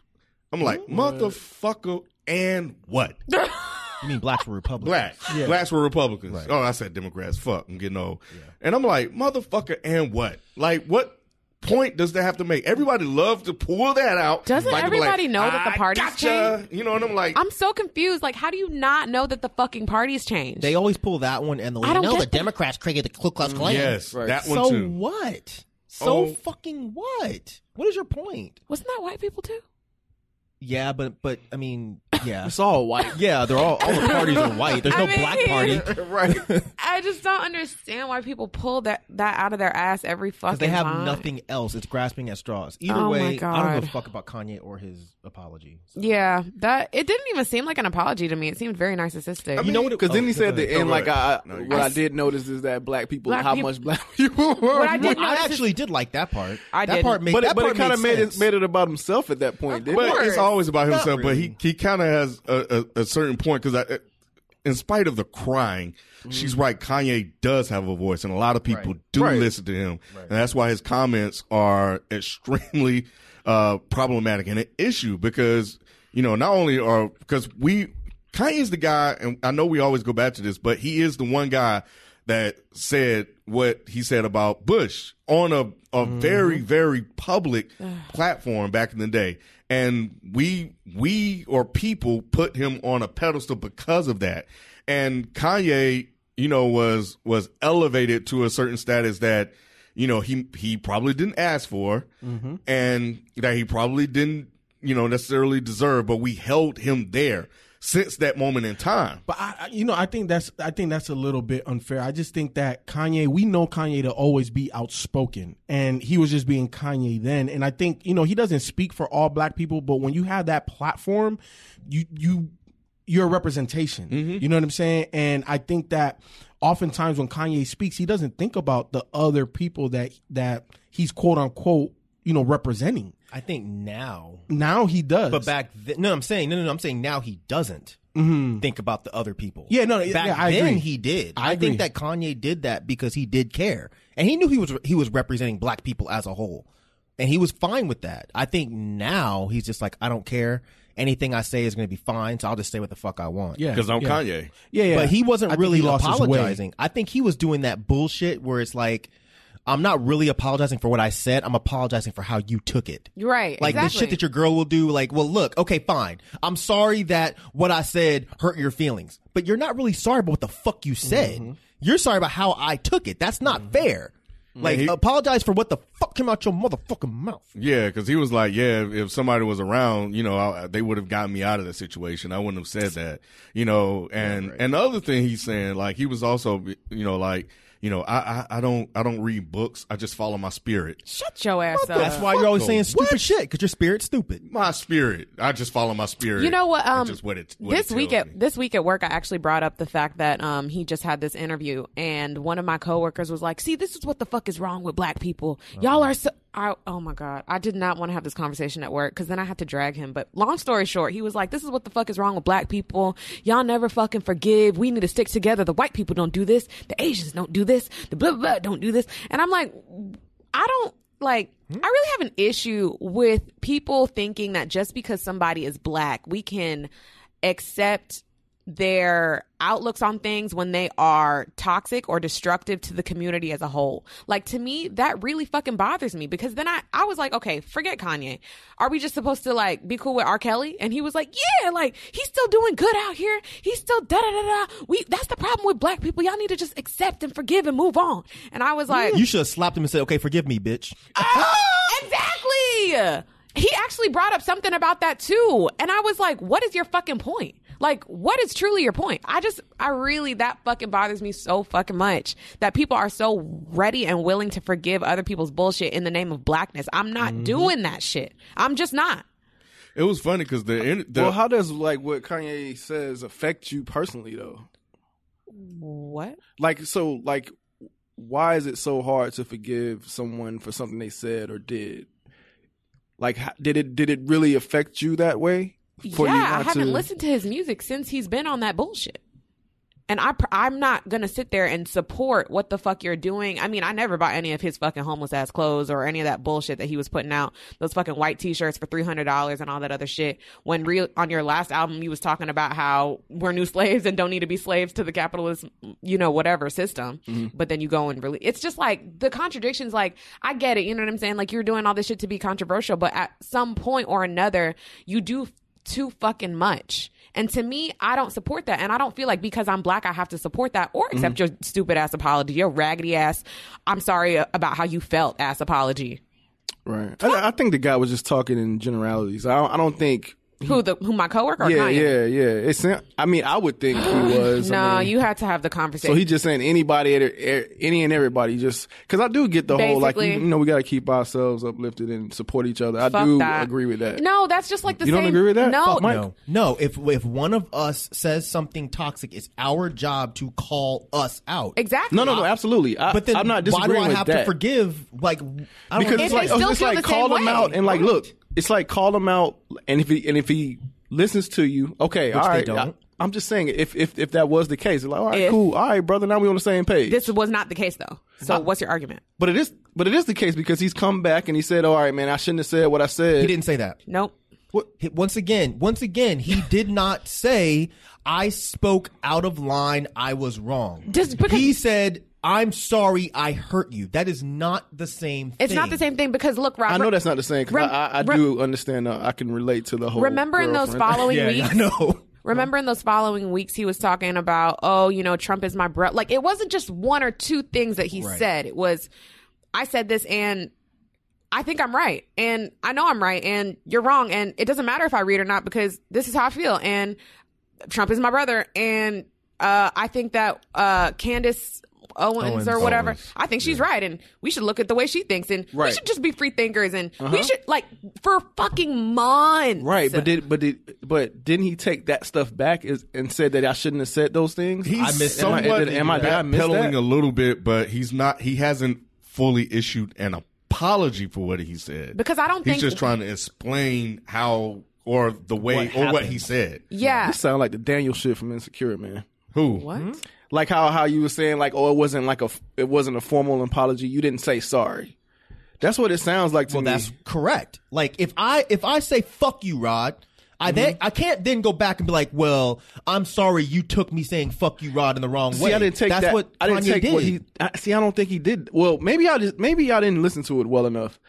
S1: I'm like, "Motherfucker, and what?"
S7: you mean blacks were Republicans?
S1: Blacks. Blacks were Republicans. Oh, I said Democrats. Fuck, I'm getting old. And I'm like, motherfucker, and what? Like, what point does that have to make? Everybody loves to pull that out.
S2: Doesn't
S1: Like, to be
S2: everybody
S1: like,
S2: know that the
S1: "I
S2: party's
S1: gotcha. You know, and I'm like,
S2: I'm so confused. Like, how do you not know that the fucking party's changed?
S7: They always pull that one and the
S2: I
S7: like,
S2: don't
S7: no,
S2: get
S7: the
S2: that.
S7: Democrats created the Ku
S4: Mm,
S7: Klux Klan.
S1: yes, that one
S7: so
S1: too.
S7: what? So
S1: Oh.
S7: fucking what? What is your point?
S2: Wasn't that white people too?
S7: Yeah, but but I mean, yeah,
S4: It's all white.
S7: yeah. They're all all the parties are white. There's
S2: I
S7: no
S2: mean-
S7: black party because
S1: right.
S2: I just don't understand why people pull that that out of their ass every fucking
S7: they have
S2: time.
S7: nothing else. It's grasping at straws. Either
S2: Oh my
S7: way, I don't give a
S2: God.
S7: fuck about Kanye or his apology. So-
S2: Yeah, that it didn't even seem like an apology to me. It seemed very narcissistic.
S4: you know what? Because then he
S7: oh,
S4: said the
S7: go
S4: end,
S1: ahead.
S4: like I,
S1: No,
S4: what I did notice is that black people,
S2: Black
S4: how
S2: peop-
S4: much black people were.
S2: What I did
S7: I
S2: notice is-
S7: actually did like that part.
S2: I
S7: that
S2: didn't.
S7: part made
S4: but
S7: that
S4: it, but
S7: part
S4: it kind of made
S7: sense.
S4: it made it about himself at that point, didn't
S1: But
S4: it?
S1: it's always about
S7: Not
S1: himself.
S7: really.
S1: But he, he kind of has a, a, a certain point because I, uh, in spite of the crying,
S7: Mm-hmm.
S1: she's right. Kanye does have a voice, and a lot of people do listen to him, and that's why his comments are extremely uh, problematic and an issue because you know not only are because we Kanye's the guy, and I know we always go back to this, but he is the one guy that said what he said about Bush on a, a very, very public platform back in the day. And we we or people put him on a pedestal because of that. And Kanye, you know, was was elevated to a certain status that you know he he probably didn't ask for
S2: Mm-hmm.
S1: and that he probably didn't you know necessarily deserve but we held him there since that moment in time
S6: But I, I- you know, I think that's I think that's a little bit unfair. I just think that Kanye, we know Kanye to always be outspoken, and he was just being Kanye then. And I think you know he doesn't speak for all black people, but when you have that platform, you you you're a representation.
S7: Mm-hmm.
S6: You know what I'm saying? And I think that oftentimes when Kanye speaks, he doesn't think about the other people that that he's quote unquote you know representing.
S7: I think now,
S6: Now he does,
S7: but back then, no, I'm saying no, no, no. I'm saying now he doesn't
S6: Mm-hmm.
S7: think about the other people.
S6: Yeah, no, yeah,
S7: back
S6: yeah, I
S7: then
S6: agree.
S7: he did.
S6: I
S7: I, think
S6: agree.
S7: that Kanye did that because he did care, and he knew he was he was representing black people as a whole, and he was fine with that. I think now he's just like, I don't care. Anything I say is going to be fine, so I'll just say what the fuck I want.
S6: yeah,
S1: because I'm
S6: yeah.
S1: Kanye.
S6: Yeah, yeah.
S7: But he wasn't
S6: I think
S7: really
S6: he lost his way.
S7: apologizing. I think he was doing that bullshit where it's like, I'm not really apologizing for what I said. I'm apologizing for how you took it.
S2: You're right.
S7: Like
S2: exactly.
S7: the shit that your girl will do, like, well, look, okay, fine. I'm sorry that what I said hurt your feelings, but you're not really sorry about what the fuck you said. You're sorry about how I took it. That's not fair. Like, apologize for what the fuck came out your motherfucking mouth.
S1: Yeah, because he was like, yeah, if- if somebody was around, you know, I, they would have gotten me out of that situation. I wouldn't have said that, you know. And and the other thing he's saying, like, he was also, you know, like, you know, I I, I don't I don't read books. I just follow my spirit.
S2: Shut your ass up.
S7: That's why you're always saying stupid shit because your spirit's stupid.
S1: My spirit. I just follow my spirit.
S2: You know what?
S1: and
S2: Um,
S1: just what it, what it
S2: this week
S1: tells
S2: at
S1: me.
S2: this week at work, I actually brought up the fact that um, he just had this interview, and one of my coworkers was like, "See, this is what the fuck is wrong with black people. Y'all are so." I, oh my god, I did not want to have this conversation at work because then I had to drag him. But long story short, he was like, "This is what the fuck is wrong with black people. Y'all never fucking forgive. We need to stick together. The white people don't do this. The Asians don't do this. The blah blah, blah don't do this." And I'm like, I don't like I really have an issue with people thinking that just because somebody is black, we can accept their outlooks on things when they are toxic or destructive to the community as a whole. Like to me, that really fucking bothers me because then I I was like, okay, forget Kanye. Are we just supposed to like be cool with R. Kelly? And he was like, yeah, like he's still doing good out here. He's still da da da da. We that's the problem with black people. Y'all need to just accept and forgive and move on. And I was like,
S7: You should have slapped him and said, okay, forgive me, bitch.
S2: exactly. He actually brought up something about that too. And I was like, what is your fucking point? Like, what is truly your point? I just, I really, that fucking bothers me so fucking much that people are so ready and willing to forgive other people's bullshit in the name of blackness. I'm not doing that shit. I'm just not.
S1: it was funny because the, in- the
S6: Uh, well, how does like what Kanye says affect you personally though?
S2: What?
S6: Like so like why is it so hard to forgive someone for something they said or did? Like how, did it did it really affect you that way?
S2: yeah, I haven't listened to his music since he's been on that bullshit. And I, pr- I'm not gonna sit there and support what the fuck you're doing. I mean, I never bought any of his fucking homeless ass clothes or any of that bullshit that he was putting out. Those fucking white t-shirts for three hundred dollars and all that other shit. When real on your last album, you was talking about how we're new slaves and don't need to be slaves to the capitalist, you know, whatever system. But then you go and really, it's just like the contradictions. Like I get it, you know what I'm saying? Like you're doing all this shit to be controversial, but at some point or another, you do too fucking much. And to me, I don't support that. And I don't feel like because I'm black, I have to support that or accept
S6: Mm-hmm.
S2: your stupid ass apology, your raggedy ass, I'm sorry about how you felt ass apology.
S6: Right. I, I think the guy was just talking in generalities. I don't, I don't think.
S2: Who the who my coworker? or
S6: Mm-hmm. Yeah,
S2: Kanye?
S6: yeah, yeah. It's. I mean, I would think he was.
S2: No,
S6: I mean,
S2: you had to have the conversation.
S6: So he just saying anybody, at- at- any and everybody, just because I do get the whole like you,
S2: Basically.
S6: know we got to keep ourselves uplifted and support each other. I
S2: Fuck
S6: do
S2: that.
S6: agree with that.
S2: No, that's just like the
S6: You
S2: same.
S6: don't agree with that?
S2: No,
S6: Fuck Mike.
S7: No, no. If if one of us says something toxic, it's our job to call us out.
S2: exactly.
S6: no, no, no, absolutely. I,
S7: But then
S6: I'm not
S7: why
S6: disagreeing
S7: do I
S6: with
S7: have
S6: that.
S7: to forgive? Like, I don't
S6: because it's
S7: know.
S2: If
S6: like
S2: they still
S6: it's
S2: feel
S6: like
S2: the
S6: call
S2: same
S6: him
S2: way.
S6: out and like look, it's like call him out and if he and if he listens to you, okay, all right.
S7: don't.
S6: I, am just saying if if if that was the case, like all right,
S2: If-
S6: cool, all right, brother, now we on the same page.
S2: This was not the case though. So what's your argument?
S6: but it is but it is the case because he's come back and he said, all right, man, I shouldn't have said what I said.
S7: he didn't say that.
S2: Nope.
S7: He- Once again, once again, he did not say I spoke out of line. I was wrong.
S2: Just because-
S7: he said I'm sorry. I hurt you. That is not the same.
S2: It's not the same thing because look, Robert.
S6: I know that's not the same because
S2: Rem-
S6: I, I, I
S2: rem-
S6: do understand. Uh, I can relate to the whole.
S2: Remember in those
S6: girlfriend.
S2: following
S7: Yeah,
S2: weeks,
S7: I know.
S2: Remember in those following weeks, he was talking about, oh, you know, Trump is my bro. Like, it wasn't just one or two things that he said. It was, I said this and I think I'm right. And I know I'm right. And you're wrong. And it doesn't matter if I read or not because this is how I feel. And Trump is my brother. And uh, I think that uh, Candace. Owens, or whatever. I think she's right, and we should look at the way she thinks, and we
S6: Right. Uh-huh.
S2: should just be free thinkers, and we should like for fucking months,
S6: right? But did but did but didn't he take that stuff back is, and said that I shouldn't have said those things?
S1: He's
S7: I missed-
S6: Am I,
S1: somewhat
S6: did, am I, did I miss
S1: backpedaling
S6: that?
S1: a little bit, but he's not. He hasn't fully issued an apology for what he said
S2: Because I don't
S1: he's
S2: think-
S1: just trying to explain how or the way
S6: What
S1: or what he
S6: happened.
S1: said.
S2: Yeah,
S6: This sound like the Daniel shit from Insecure, man.
S1: Who?
S2: what?
S6: Like how how you were saying like oh it wasn't like a it wasn't a formal apology. You didn't say sorry. That's what it sounds like to
S7: Well,
S6: me.
S7: that's correct. Like if I if I say fuck you, Rod, I
S4: Mm-hmm.
S7: then I can't then go back and be like, well, I'm sorry you took me saying fuck you, Rod, in the wrong way.
S4: See, I didn't take
S7: That's
S4: that.
S7: what
S4: I didn't
S7: Kanye
S4: take
S7: did.
S4: what he. I, see, I don't think he did. Well, maybe I just maybe I didn't listen to it well enough.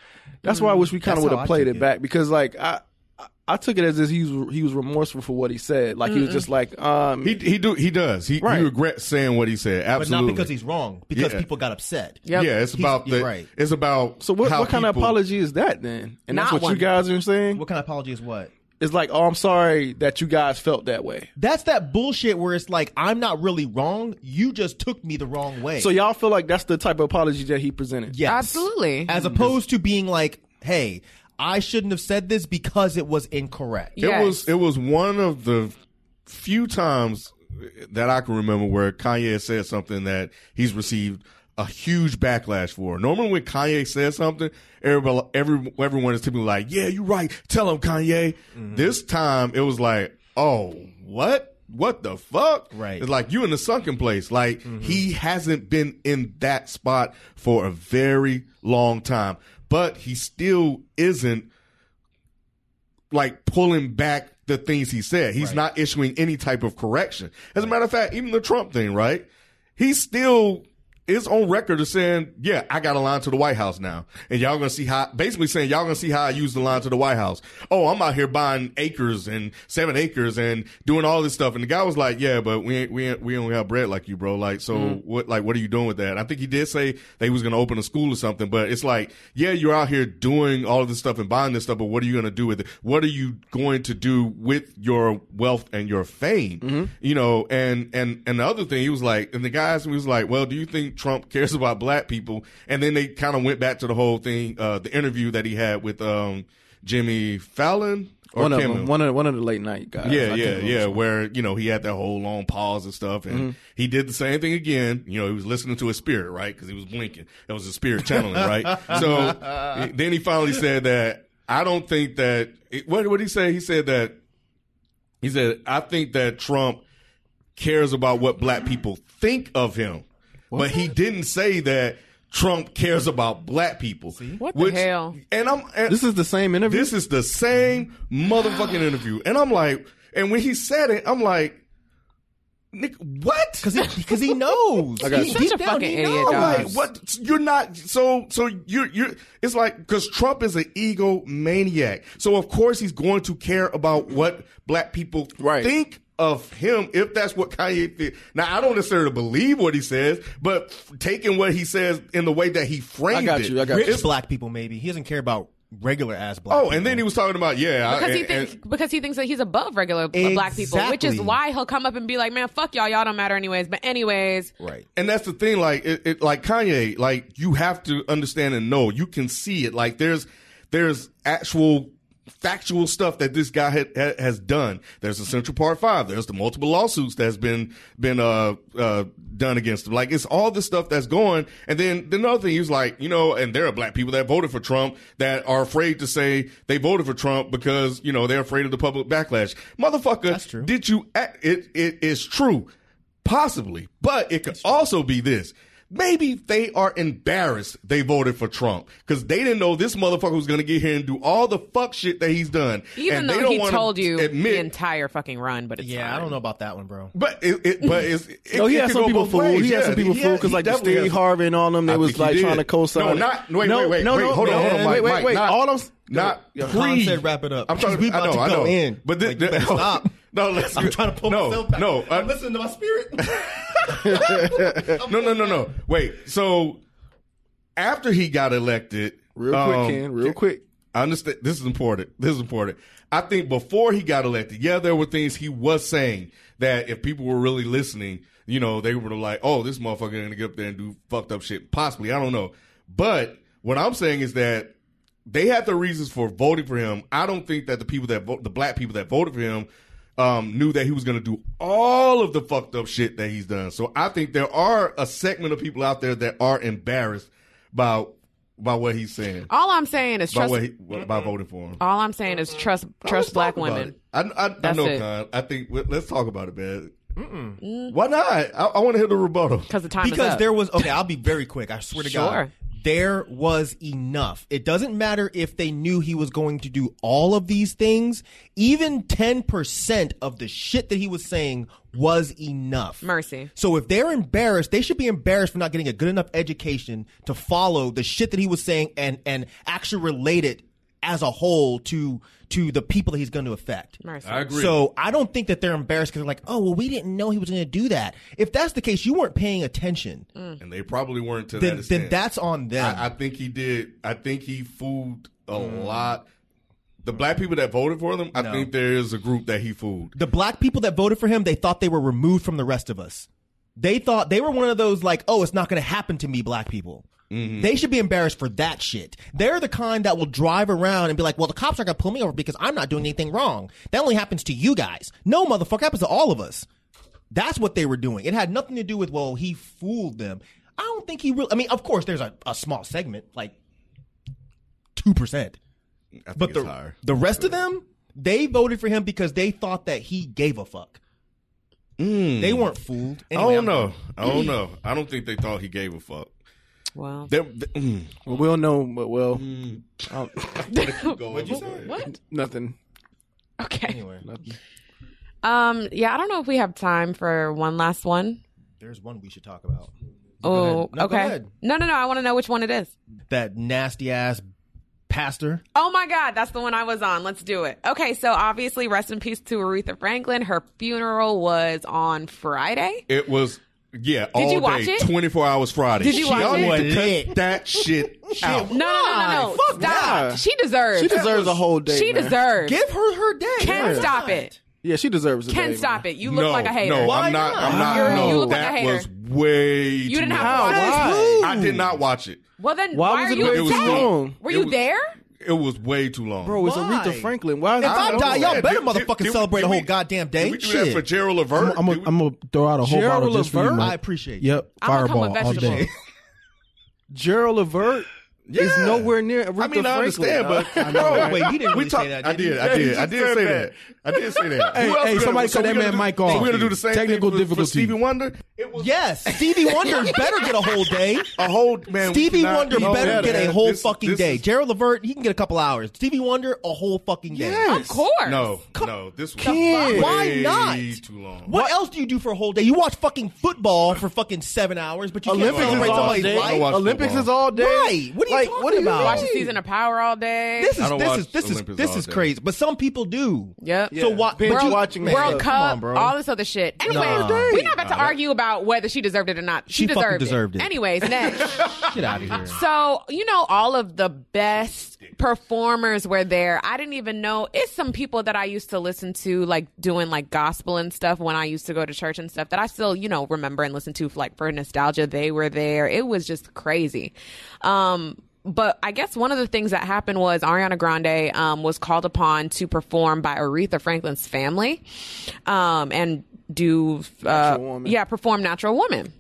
S4: That's why I wish we kind
S7: Mm, That's
S4: of would
S7: how
S4: have
S7: I
S4: played
S7: took
S4: it,
S7: it.
S4: back because like I, I, I took it as if he was he was remorseful for what he said. Like he was just like um
S1: He he do he does. He,
S4: Right.
S1: he regrets saying what he said.
S7: but not
S1: Absolutely.
S7: because he's wrong, because
S1: Yeah.
S7: people got upset.
S2: Yep.
S1: Yeah, it's
S7: He's-
S1: about
S7: you're
S1: the
S7: right.
S1: it's about
S4: So what,
S1: how
S4: what kind of
S1: people-
S4: apology is that then? And that's
S2: Not
S4: what
S2: one.
S4: you guys are saying.
S7: What kind of apology is what?
S4: It's like, oh, I'm sorry that you guys felt that way.
S7: That's that bullshit where it's like I'm not really wrong. You just took me the wrong way.
S4: So y'all feel like that's the type of apology that he presented.
S7: yes,
S2: Absolutely.
S7: As opposed to being like, hey, I shouldn't have said this because it was incorrect.
S1: It
S2: Yes.
S1: was uh, it was one of the few times that I can remember where Kanye has said something that he's received a huge backlash for. Normally, when Kanye says something, everybody, every, everyone is typically like, "Yeah, you're right. Tell him, Kanye." This time, it was like, "Oh, what? What the fuck?"
S7: Right.
S1: It's like you in the sunken place. Like he hasn't been in that spot for a very long time, but he still isn't like pulling back the things he said. He's not issuing any type of correction. As a matter of fact, even the Trump thing, right? He still is on record as saying, "Yeah, I got a line to the White House now, and y'all gonna see how." Basically saying, "Y'all gonna see how I use the line to the White House." Oh, I'm out here buying acres and seven acres and doing all this stuff, and the guy was like, "Yeah, but we ain't, we ain't, we only have bread like you, bro. Like, so what? Like, what are you doing with that?" I think he did say they was gonna open a school or something, but it's like, yeah, you're out here doing all this stuff and buying this stuff, but what are you gonna do with it? What are you going to do with your wealth and your fame?
S4: Mm-hmm.
S1: You know, and and and the other thing, he was like, and the guys, he was like, well, do you think Trump cares about black people? And then they kind of went back to the whole thing, uh, the interview that he had with um Jimmy Fallon or
S4: one of
S1: Kimmel?
S4: them, one of one of the late night guys.
S1: Yeah,
S4: I
S1: yeah,
S4: can't
S1: yeah.
S4: remember.
S1: Where you know he had that whole long pause and stuff, and
S4: Mm-hmm.
S1: he did the same thing again. You know, he was listening to his spirit, right? Because he was blinking. That was his spirit channeling, right? So then he finally said that I don't think that. What what did he say? He said that he said I think that Trump cares about what black people think of him, but he didn't say that. Trump cares about black people.
S2: What the hell?
S1: And I'm and,
S4: This is the same interview.
S1: this is the same motherfucking interview. And I'm like, and when he said it, I'm like, Nick, what?
S7: Because he, because he knows.
S4: got
S7: He-
S4: you.
S2: Such
S7: deep
S2: a
S7: down,
S2: fucking
S7: he
S2: idiot,
S7: knows.
S1: I'm
S2: dog.
S1: like, what? You're not. So, so you're, you're, it's like, because Trump is an egomaniac. So, of course, he's going to care about what black people
S4: Right.
S1: think of him if that's what Kanye did. Now, I don't necessarily believe what he says, but taking what he says in the way that he framed
S4: I got
S1: it.
S4: you. I got you.
S7: Rich black people, maybe. He doesn't care about regular ass black
S1: Oh,
S7: people.
S1: and then he was talking about, yeah. I-
S2: because he
S1: and-
S2: thinks
S1: and-
S2: because he thinks that he's above regular uh, black people, which is
S7: Exactly.
S2: why he'll come up and be like, "Man, fuck y'all, y'all don't matter anyways." But anyways,
S7: Right.
S1: And that's the thing, like it, it, like Kanye, like you have to understand and know. You can see it. Like there's there's actual factual stuff that this guy had, ha, has done. There's the Central Part Five. There's the multiple lawsuits that's been been uh uh done against him. Like it's all the stuff that's going. And then then another thing, he was like, you know, and there are black people that voted for Trump that are afraid to say they voted for Trump because you know they're afraid of the public backlash. Motherfucker,
S7: That's true.
S1: Did you? act- It it is true. Possibly, but it could also be this. Maybe they are embarrassed they voted for Trump because they didn't know this motherfucker was going to get here and do all the fuck shit that he's done.
S2: even
S1: and they
S2: though
S1: don't
S2: he
S1: wanna
S2: told you
S1: admit,
S2: the entire fucking run, but it's
S7: Yeah, I
S2: fine.
S7: don't know about that one, bro.
S1: but it, it but it's it,
S4: No, he
S1: it
S4: had
S1: could
S4: some
S1: go
S4: people
S1: both
S4: fooled.
S1: ways.
S4: He had
S1: Yeah,
S4: some people
S1: he
S4: fooled because
S1: he
S4: like the
S1: definitely
S4: Steve
S1: has-
S4: Harvey and all them, they
S1: I
S4: was
S1: think he
S4: like
S1: did.
S4: trying to co-sign.
S1: No,
S4: it.
S1: not wait,
S4: no,
S1: wait, wait,
S4: no,
S1: wait,
S4: no,
S1: hold on,
S4: no,
S1: hold on,
S4: wait,
S1: Mike,
S4: wait,
S1: Mike,
S4: wait.
S1: not-
S4: all I'm
S1: not
S4: Yo,
S1: pre.
S7: Khan said wrap it up,
S1: I'm
S7: 'cause
S1: trying.
S7: we
S1: I
S7: about
S1: know,
S7: to
S1: I
S7: go
S1: know.
S7: in.
S1: But this,
S7: Like, you better
S1: no,
S7: stop.
S1: No, let's.
S7: I'm trying to pull
S1: no,
S7: myself back.
S1: No,
S7: I'm
S1: uh,
S7: listening to my spirit.
S1: no, no, no, no. Wait. So after he got elected,
S4: real quick,
S1: um,
S4: Ken, real quick.
S1: I understand. This is important. This is important. I think before he got elected, yeah, there were things he was saying that if people were really listening, you know, they were like, "Oh, this motherfucker gonna get up there and do fucked up shit." Possibly, I don't know. But what I'm saying is that they had the reasons for voting for him. I don't think that the people that vote, the black people that voted for him, um, knew that he was going to do all of the fucked up shit that he's done. So I think there are a segment of people out there that are embarrassed by by what he's saying,
S2: All I'm saying is
S1: by
S2: trust.
S1: what he, by voting for him.
S2: all I'm saying is trust. Trust black
S1: Talk about
S2: women.
S1: it. I, I, I
S2: That's
S1: know,
S2: it.
S1: Con. I think well, let's talk about it, man. Why not? I, I want to hear the rebuttal.
S2: Because the time is
S7: because
S2: up.
S7: there was okay. I'll be very quick. I swear to God,
S2: Sure.
S7: there was enough. It doesn't matter if they knew he was going to do all of these things. Even 10% of the shit that he was saying was enough.
S2: Mercy.
S7: So if they're embarrassed, they should be embarrassed for not getting a good enough education to follow the shit that he was saying and and actually relate it as a whole to to the people that he's going to affect.
S2: Mercy.
S1: I agree.
S7: So I don't think that they're embarrassed because they're like, oh well, we didn't know he was going to do that. If that's the case, you weren't paying attention.
S1: and they probably weren't to
S7: Then
S1: Mm. that extent.
S7: then that's on them.
S1: I, I think he did. I think he fooled a lot. The black people that voted for them, I think there is a group that he fooled.
S7: the black people that voted for him, they thought they were removed from the rest of us. They thought they were one of those like, oh, it's not going to happen to me, black people. They should be embarrassed for that shit. They're the kind that will drive around and be like, well, the cops aren't going to pull me over because I'm not doing anything wrong. That only happens to you guys. No, motherfucker, happens to all of us. That's what they were doing. It had nothing to do with, well, he fooled them. I don't think he really, I mean, of course, there's a, a small segment, like 2%.
S1: I think
S7: But
S1: it's
S7: the,
S1: higher.
S7: the rest of them, they voted for him because they thought that he gave a fuck. They weren't fooled.
S1: Mm. I
S7: Anyway,
S1: don't
S7: I'm-
S1: know. I don't know. I don't think they thought he gave a fuck.
S2: Well,
S1: They, they, mm.
S4: Well, we'll know, but well, I'll-
S1: What'd you say?
S2: what?
S4: nothing.
S2: Okay.
S7: Anyway,
S2: Um. Yeah, I don't know if we have time for one last one.
S7: there's one we should talk about. Go
S2: Oh,
S7: ahead. No, go
S2: okay.
S7: ahead.
S2: No, no, no. I want to know which one it is.
S7: That nasty ass pastor.
S2: Oh my God, that's the one I was on. Let's do it. Okay, so obviously, rest in peace to Aretha Franklin. Her funeral was on Friday.
S1: It was yeah. all
S2: you
S1: day,
S2: watch it?
S1: Twenty four hours Friday.
S2: Did you watch
S1: Y'all
S2: it?
S1: need to
S7: Lit.
S1: cut that shit out.
S2: No, no, no, no, no.
S4: Fuck
S2: Stop.
S4: nah.
S2: She deserves.
S4: She deserves a whole day.
S2: She
S4: man.
S2: deserves.
S7: Give her her day.
S2: Can
S7: Yeah.
S2: stop it.
S4: Yeah, she deserves a day.
S2: Can stop
S4: man.
S2: it. You look
S1: no,
S2: like a hater.
S1: No,
S7: Why
S1: I'm not.
S7: not?
S1: I'm not.
S2: You're-
S1: no,
S2: you look like
S1: that
S2: a hater.
S1: was way.
S2: You
S1: too
S2: didn't
S1: much.
S2: have to watch
S4: Why?
S2: it.
S1: I did not watch it.
S2: Well, then
S4: Why
S2: why,
S4: was
S2: are
S4: it
S2: you
S4: very
S2: upset?
S4: long?
S2: Were
S1: It
S2: you
S1: was-
S2: there?
S1: It was way too long,
S4: Bro, it's
S7: Why?
S4: Aretha Franklin. Why?
S7: If I,
S4: don't
S7: die,
S4: know.
S7: y'all
S1: Yeah,
S7: better
S1: did- did-
S7: motherfucking
S1: did we-
S7: celebrate
S1: did
S7: a whole
S1: we-
S7: goddamn day.
S1: Did we do
S7: Shit.
S1: that for Gerald Levert?
S6: I'm
S1: Did we-
S6: gonna throw out a whole
S4: Gerald
S6: bottle just for you,
S4: Levert?
S6: Mike.
S7: I appreciate you.
S6: Yep,
S2: I'm gonna come
S6: fireball
S2: with
S6: all day.
S2: vegetables.
S4: Gerald Levert is
S1: Yeah.
S4: nowhere near Aretha
S1: I mean, I
S4: Franklin.
S1: understand, but
S7: I know, right? Wait, you didn't
S1: we
S7: really
S1: talk-
S7: say that,
S1: I
S7: did you?
S1: did. I did. I did say that. I did say that.
S6: Hey,
S1: Who else
S6: hey,
S1: we gonna-
S6: somebody cut
S1: we
S6: that
S1: gonna
S6: man
S1: do-
S6: Mike
S1: so
S6: off.
S1: We're gonna do the same
S6: Technical
S1: thing for, for
S6: difficulty.
S1: Stevie Wonder. It was
S7: Yes, Stevie Wonder better get a whole day.
S1: a whole man.
S7: Stevie
S1: we cannot-
S7: Wonder
S1: no,
S7: better
S1: man,
S7: get a
S1: man,
S7: whole
S1: this-
S7: fucking
S1: this
S7: day.
S1: is-
S7: Gerald Levert, he can get a couple hours. Stevie Wonder, a whole fucking day.
S4: Yes.
S2: Of course.
S1: No, no. This was
S7: Why
S1: way
S7: why not?
S1: Too long.
S7: What, else do you do for a whole day? You watch fucking football for fucking seven hours, but you can't
S4: Olympics is
S7: celebrate
S4: all
S7: somebody's
S4: day.
S1: I
S7: life.
S1: watch
S4: Olympics
S1: football.
S4: is all day.
S7: Right. What are you
S4: like,
S7: talking
S4: what do you
S7: about?
S4: mean?
S2: Watch a season of Power all day.
S7: This
S1: I
S7: is
S1: don't
S7: this
S1: watch
S7: is this is
S1: Olympics
S7: this
S1: all
S7: is
S1: day.
S7: crazy. But some people do.
S2: Yep.
S7: So why?
S4: Binge
S7: but you-
S4: watching
S7: man,
S4: that
S2: World
S4: stuff.
S7: come on,
S2: Cup,
S7: bro.
S2: all this other shit. Anyway,
S7: Nah.
S2: we're not about to argue about whether she deserved it or not. She,
S7: She fucking
S2: deserved, it.
S7: deserved it.
S2: Anyways, next.
S7: Get out of here.
S2: So, you know, all of the best performers were there. I didn't even know. It's some people that I used to listen to, like doing like gospel and stuff when I used to go to church and stuff that I still, you know, remember and listen to like for nostalgia. They were there. It was just crazy. Um, but I guess one of the things that happened was Ariana Grande um, was called upon to perform by Aretha Franklin's family um, and do, uh,
S4: Woman.
S2: yeah, perform Natural Woman.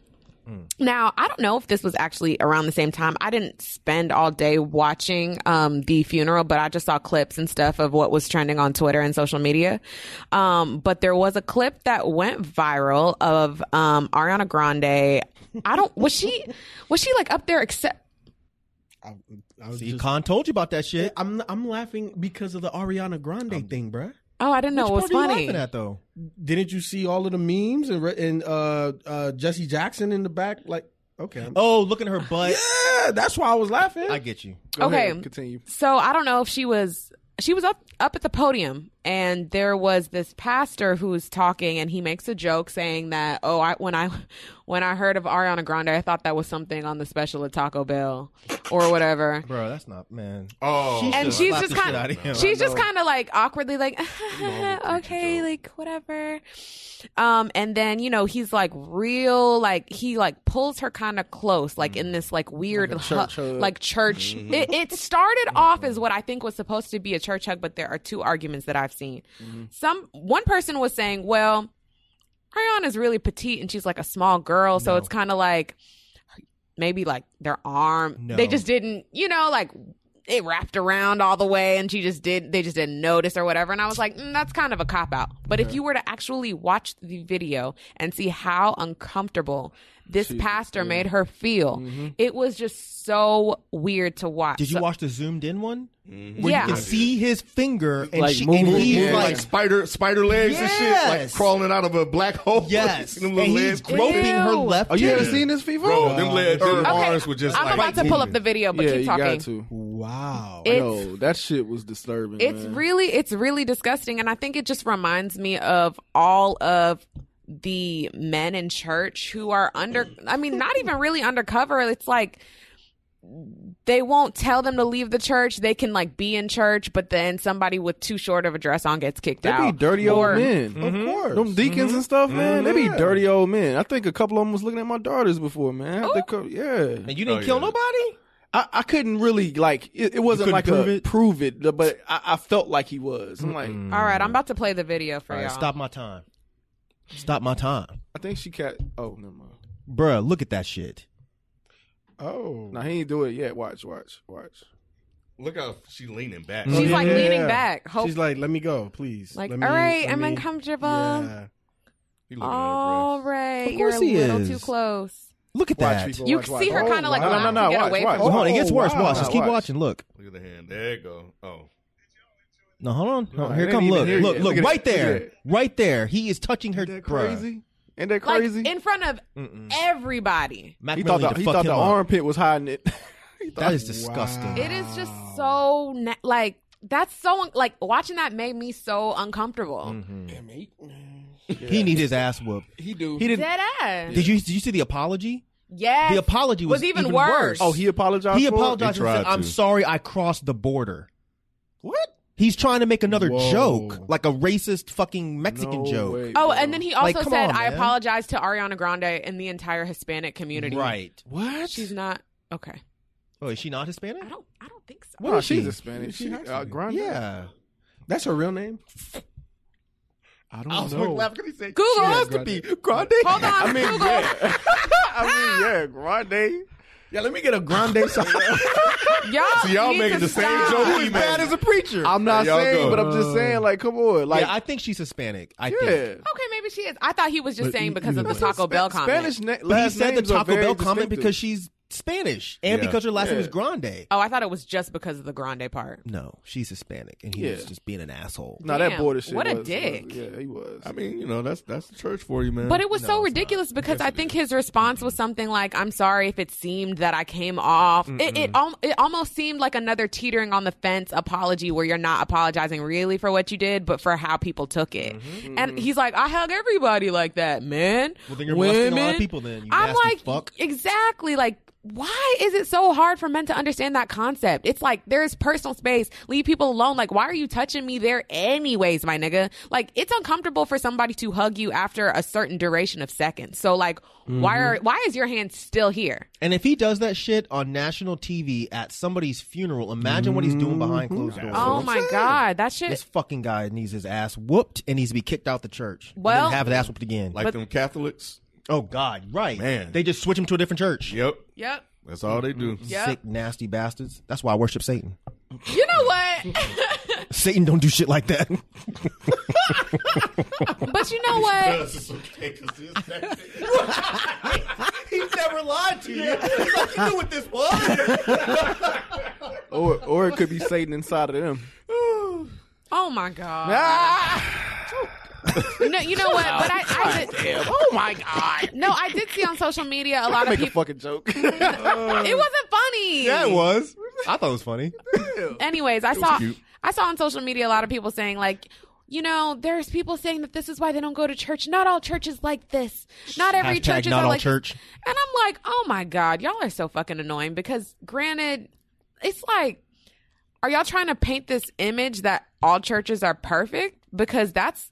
S2: Now, I don't know if this was actually around the same time. I didn't spend all day watching um, the funeral, but I just saw clips and stuff of what was trending on Twitter and social media. Um, but there was a clip that went viral of um, Ariana Grande. I don't was she was she like up there except
S6: I was
S7: See,
S6: just-
S7: Khan told you about that shit.
S6: I'm I'm laughing because of the Ariana Grande thing, bruh.
S2: Oh, I didn't know
S7: Which
S2: it was
S7: part are you
S2: funny.
S7: laughing at though?
S6: Didn't you see all of the memes and re- and uh, uh, Jesse Jackson in the back? Like, okay, I'm-
S7: Oh, look at her butt.
S6: yeah, that's why I was laughing.
S7: I get you.
S4: Go ahead,
S2: Okay.
S4: continue.
S2: So I don't know if she was she was up up at the podium and there was this pastor who was talking and he makes a joke saying that oh I when I when I heard of Ariana Grande I thought that was something on the special at Taco Bell or whatever.
S7: Bro, that's not man.
S1: Oh.
S7: She
S2: And
S7: should've
S2: she's
S7: slapped
S2: just
S7: the shit out
S2: kind
S7: of him.
S2: of she's just kind of like awkwardly like okay like whatever. Um and then you know he's like real like he like pulls her kind of close like in this like weird like
S4: church hug.
S2: like church. It, it started off as what I think was supposed to be a church hug, but there are two arguments that I've seen. Some one person was saying, "Well, Ariana's really petite and she's like a small girl, so it's kind of like maybe like their arm.
S7: No.
S2: They just didn't, you know, like it wrapped around all the way and she just did they just didn't notice or whatever and i was like mm, that's kind of a cop out but if you were to actually watch the video and see how uncomfortable this pastor made her feel it was just so weird to watch
S7: Did you
S2: So-
S7: watch the zoomed in one? Where
S2: Yeah.
S7: you can see his finger and,
S4: Like
S7: she,
S4: moving,
S7: and he's
S4: yeah.
S1: like,
S7: like
S1: spider spider legs and shit, like
S7: Yes.
S1: crawling out of a black hole.
S7: Yes,
S1: them
S7: and
S1: little
S7: he's
S1: legs
S7: groping
S1: moving.
S7: her
S2: Ew.
S7: left.
S4: Oh, you
S7: hand.
S4: ever seen this FIFA?
S1: Bro, them legs, them
S4: Okay,
S1: arms were just
S2: i'm
S1: like
S2: about to pull up the video but
S4: yeah,
S2: keep
S4: you
S2: talking
S4: got to.
S7: Wow.
S2: It's-
S4: Yo, that shit was disturbing.
S2: It's
S4: man.
S2: really it's really disgusting and I think it just reminds me of all of the men in church who are under I mean not even really undercover it's like they won't tell them to leave the church they can like be in church but then somebody with too short of a dress on gets kicked
S4: They be
S2: out
S4: dirty old
S2: Or-
S4: men. Mm-hmm.
S6: Of course.
S4: Them deacons and stuff, man. They be dirty old men. I think a couple of them was looking at my daughters before, man.
S2: Oh.
S4: I think, yeah.
S7: And you didn't
S1: Oh,
S7: kill
S1: yeah.
S7: nobody?
S4: I, I couldn't really like it, it wasn't
S7: couldn't
S4: like
S7: prove
S4: a
S7: it?
S4: prove it, but I, I felt like he was. I'm like,
S2: All right I'm about to play the video for
S7: All
S2: you
S7: right, stop my time. Stop my time.
S4: I think she cat. Oh, never mind.
S7: Bruh, look at that shit.
S6: Oh.
S4: No, he ain't do it yet. Watch, watch, watch.
S1: Look how she leaning back.
S2: She's like
S6: Yeah.
S2: leaning back hope
S6: She's like, let me go, please.
S2: Like,
S6: Let me-
S2: all right,
S6: let
S2: I'm
S6: me-
S2: uncomfortable.
S6: Yeah.
S1: He looking at her
S2: all
S1: breasts.
S2: right
S7: Of
S2: you're a
S7: course he
S2: little
S7: is.
S2: too close
S7: Look at
S4: Watch,
S7: that.
S4: people,
S7: Hold
S2: you
S4: watch,
S2: see
S4: watch.
S2: her
S4: Oh,
S2: kind of like
S4: wow.
S2: lying to get
S4: watch,
S2: away
S4: watch.
S2: from
S7: on, it gets worse.
S6: wow.
S7: Watch. Just keep
S4: Watch.
S7: watching. Look.
S1: Look at the hand. There you go. Oh.
S7: No, hold on. No,
S4: No,
S7: here
S4: they
S7: come
S4: didn't
S7: look.
S4: even hear
S7: Look,
S4: you.
S7: look,
S4: Look at
S7: right
S4: that.
S7: there.
S4: Look at
S7: Right there. He is touching her
S4: Ain't that
S7: bruh.
S4: crazy? Ain't that
S2: like
S4: crazy?
S2: in front of everybody
S7: Mac
S4: he thought
S7: Miller
S4: the,
S7: need to
S4: he
S7: fuck
S4: thought
S7: him
S4: the
S7: up.
S4: armpit was hiding it. He thought-
S7: That is disgusting.
S2: It is just so na- like that's so un- like watching that made me so uncomfortable.
S4: Mm-hmm.
S7: He need his ass whooped.
S4: he do.
S7: He didn't.
S2: Dead ass.
S7: Did you did you see the apology?
S2: Yes.
S7: The apology was,
S2: even, worse.
S4: Oh, he apologized.
S7: he
S4: for it?
S7: apologized
S1: He
S7: and said,
S1: tried
S7: "I'm
S1: to.
S7: sorry, I crossed the border."
S4: What?
S7: He's trying to make another
S6: Whoa.
S7: joke, like a racist fucking Mexican
S4: No
S7: joke.
S4: way,
S2: Oh,
S4: bro.
S2: and then he
S7: Like,
S2: also
S7: come
S2: said,
S7: on,
S2: "I
S7: man."
S2: apologize to Ariana Grande and the entire Hispanic community."
S7: Right?
S4: what?
S2: She's not okay.
S7: Oh, is she not Hispanic?
S2: I don't. I don't think so.
S7: What
S4: no,
S7: is she?
S4: she's Hispanic. She, uh, Grande.
S7: Yeah.
S6: That's her real name?
S4: I don't know.
S2: Google.
S7: to be Grande.
S2: Hold on.
S4: I mean,
S2: Google.
S4: yeah. I mean, yeah, Grande.
S6: Yeah, let me get a grande song.
S2: Y'all,
S1: See, y'all
S2: need
S1: making
S2: to
S1: the same
S2: stop.
S1: joke
S7: Who
S1: he
S7: is
S1: made.
S7: bad as a preacher?
S4: I'm not
S1: There y'all
S4: saying,
S1: go.
S7: Uh-huh.
S4: but I'm just saying, like, come on, like,
S7: yeah, I think she's Hispanic. I
S4: yeah.
S7: think.
S2: Okay, maybe she is. I thought he was just saying because of the
S4: That's what
S2: Taco
S4: Spa-
S2: Bell comment.
S4: Spanish na-
S7: But he
S4: last
S7: said the
S4: names are
S7: Taco
S4: very
S7: Bell comment
S4: distinctive.
S7: because she's Spanish and
S1: Yeah.
S7: because her last name
S4: Yeah.
S7: is Grande.
S2: Oh, I thought it was just because of the Grande part.
S7: No, she's Hispanic, and he was
S4: Yeah.
S7: just being an asshole.
S4: Nah, that
S2: Damn,
S4: border shit.
S2: what a
S4: was- uh, was-
S2: dick.
S4: yeah, he was.
S1: I mean, you know, that's that's the church for you, man.
S2: But it was so ridiculous because I think his response was something like, "I'm sorry if it seemed that I came off." It it, al- it almost seemed like another teetering on the fence apology, where you're not apologizing really for what you did, but for how people took it. And he's like, "I hug everybody like that, man."
S7: Well, then you're molesting
S2: Women,
S7: a lot of people then, you
S2: I'm
S7: nasty
S2: like,
S7: fuck.
S2: exactly like. Why is it so hard for men to understand that concept? It's like there is personal space. Leave people alone. Like, why are you touching me there anyways, my nigga? Like, it's uncomfortable for somebody to hug you after a certain duration of seconds. So, like, why are why is your hand still here?
S7: And if he does that shit on national TV at somebody's funeral, imagine what he's doing behind closed doors.
S2: Oh my god, that shit.
S7: This fucking guy needs his ass whooped and needs to be kicked out the church. He
S2: Well-
S7: didn't have his ass whooped again.
S1: like
S7: Like,
S1: them Catholics.
S7: oh God, right?
S1: Man.
S7: they just switch him to a different church.
S1: Yep.
S2: yep.
S1: That's all they do.
S2: Yep.
S7: Sick, nasty bastards. That's why I worship Satan.
S2: You know what?
S7: Satan don't do shit like that.
S2: but you know what?
S1: It's okay, 'cause it's that-
S7: he never lied to you. you knew what this was.
S4: or or it could be Satan inside of them.
S2: Oh my god.
S4: Ah!
S2: No, you know what? But I, I did,
S4: Oh my god!
S2: no, I did see on social media a lot of
S4: Make a
S2: people.
S4: fucking joke. yeah,
S2: It wasn't funny.
S7: yeah, it was. I thought it was funny.
S2: anyways, I saw
S1: cute.
S2: I saw on social media a lot of people saying like, you know, there's people saying that this is why they don't go to church. Not all churches like this. Not every
S7: Hashtag
S2: church is
S7: not all
S2: like this."
S7: church.
S2: And I'm like, oh my god, y'all are so fucking annoying. Because granted, it's like, are y'all trying to paint this image that all churches are perfect? Because that's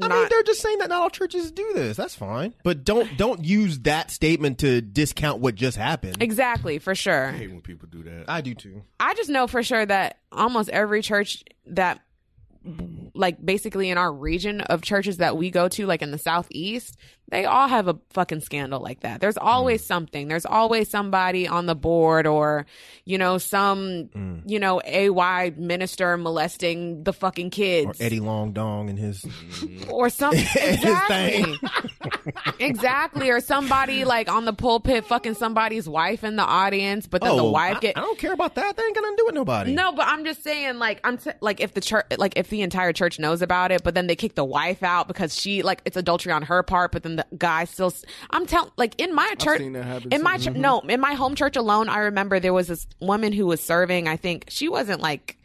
S7: I mean,
S2: not-
S7: they're just saying that not all churches do this. That's fine, but don't don't use that statement to discount what just happened.
S2: exactly for sure.
S1: I hate when people do that.
S7: I do too.
S2: I just know for sure that almost every church that like basically in our region of churches that we go to, like in the southeast, they all have a fucking scandal like that. There's always
S7: Mm.
S2: something. There's always somebody on the board, or you know, some you know ay minister molesting the fucking kids,
S7: Mm. or Eddie Long Dong and his
S2: or some exactly,
S7: thing.
S2: exactly, or somebody like on the pulpit fucking somebody's wife in the audience, but then the wife
S7: I,
S2: get
S7: Oh, I don't care about that. That ain't got nothing to do with nobody.
S2: no, but I'm just saying, like, I'm t- like if the church, like if the entire church knows about it, but then they kick the wife out because she, like, it's adultery on her part, but then the guy still. s- I'm telling, like, in my church,
S4: seen that happen
S2: in my
S4: too. Mm-hmm.
S2: church, no, in my home church alone, I remember there was this woman who was serving. I think she wasn't like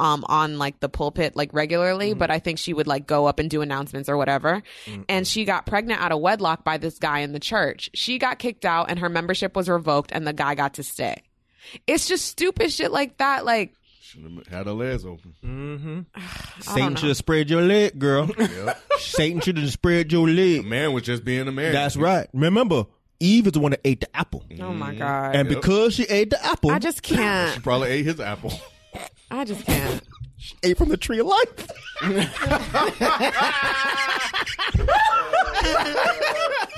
S2: um on like the pulpit like regularly
S4: Mm-hmm.
S2: but i think she would like go up and do announcements or whatever and she got pregnant out of wedlock by this guy in the church she got kicked out and her membership was revoked and the guy got to stay it's just stupid shit like that like
S1: Had her legs open.
S2: Oh,
S7: Satan should have spread your leg, girl. Satan should have spread your
S1: The
S7: leg.
S1: man was just being a man.
S7: That's right. Remember, Eve is the one that ate the apple,
S2: oh
S4: Mm-hmm.
S2: my god
S7: and because she ate the apple,
S2: i just can't
S1: Probably ate his apple.
S2: i just can't
S7: ate from the tree of life.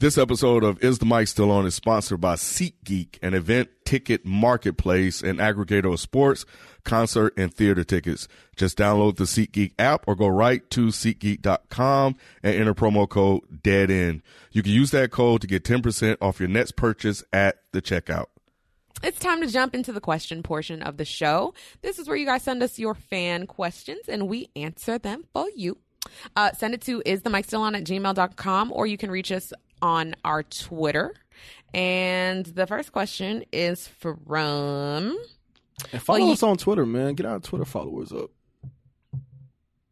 S1: This episode of Is the Mic Still On is sponsored by SeatGeek, an event ticket marketplace and aggregator of sports, concert, and theater tickets. Just download the SeatGeek app or go right to SeatGeek.com and enter promo code Dead End. You can use that code to get 10% off your next purchase at the checkout.
S2: it's time to jump into the question portion of the show this is where you guys send us your fan questions and we answer them for you uh, send it to is the mic still on at gmail.com or you can reach us on our twitter and the first question is from
S4: And follow
S2: you-
S4: us on Twitter, man. Get our Twitter followers up.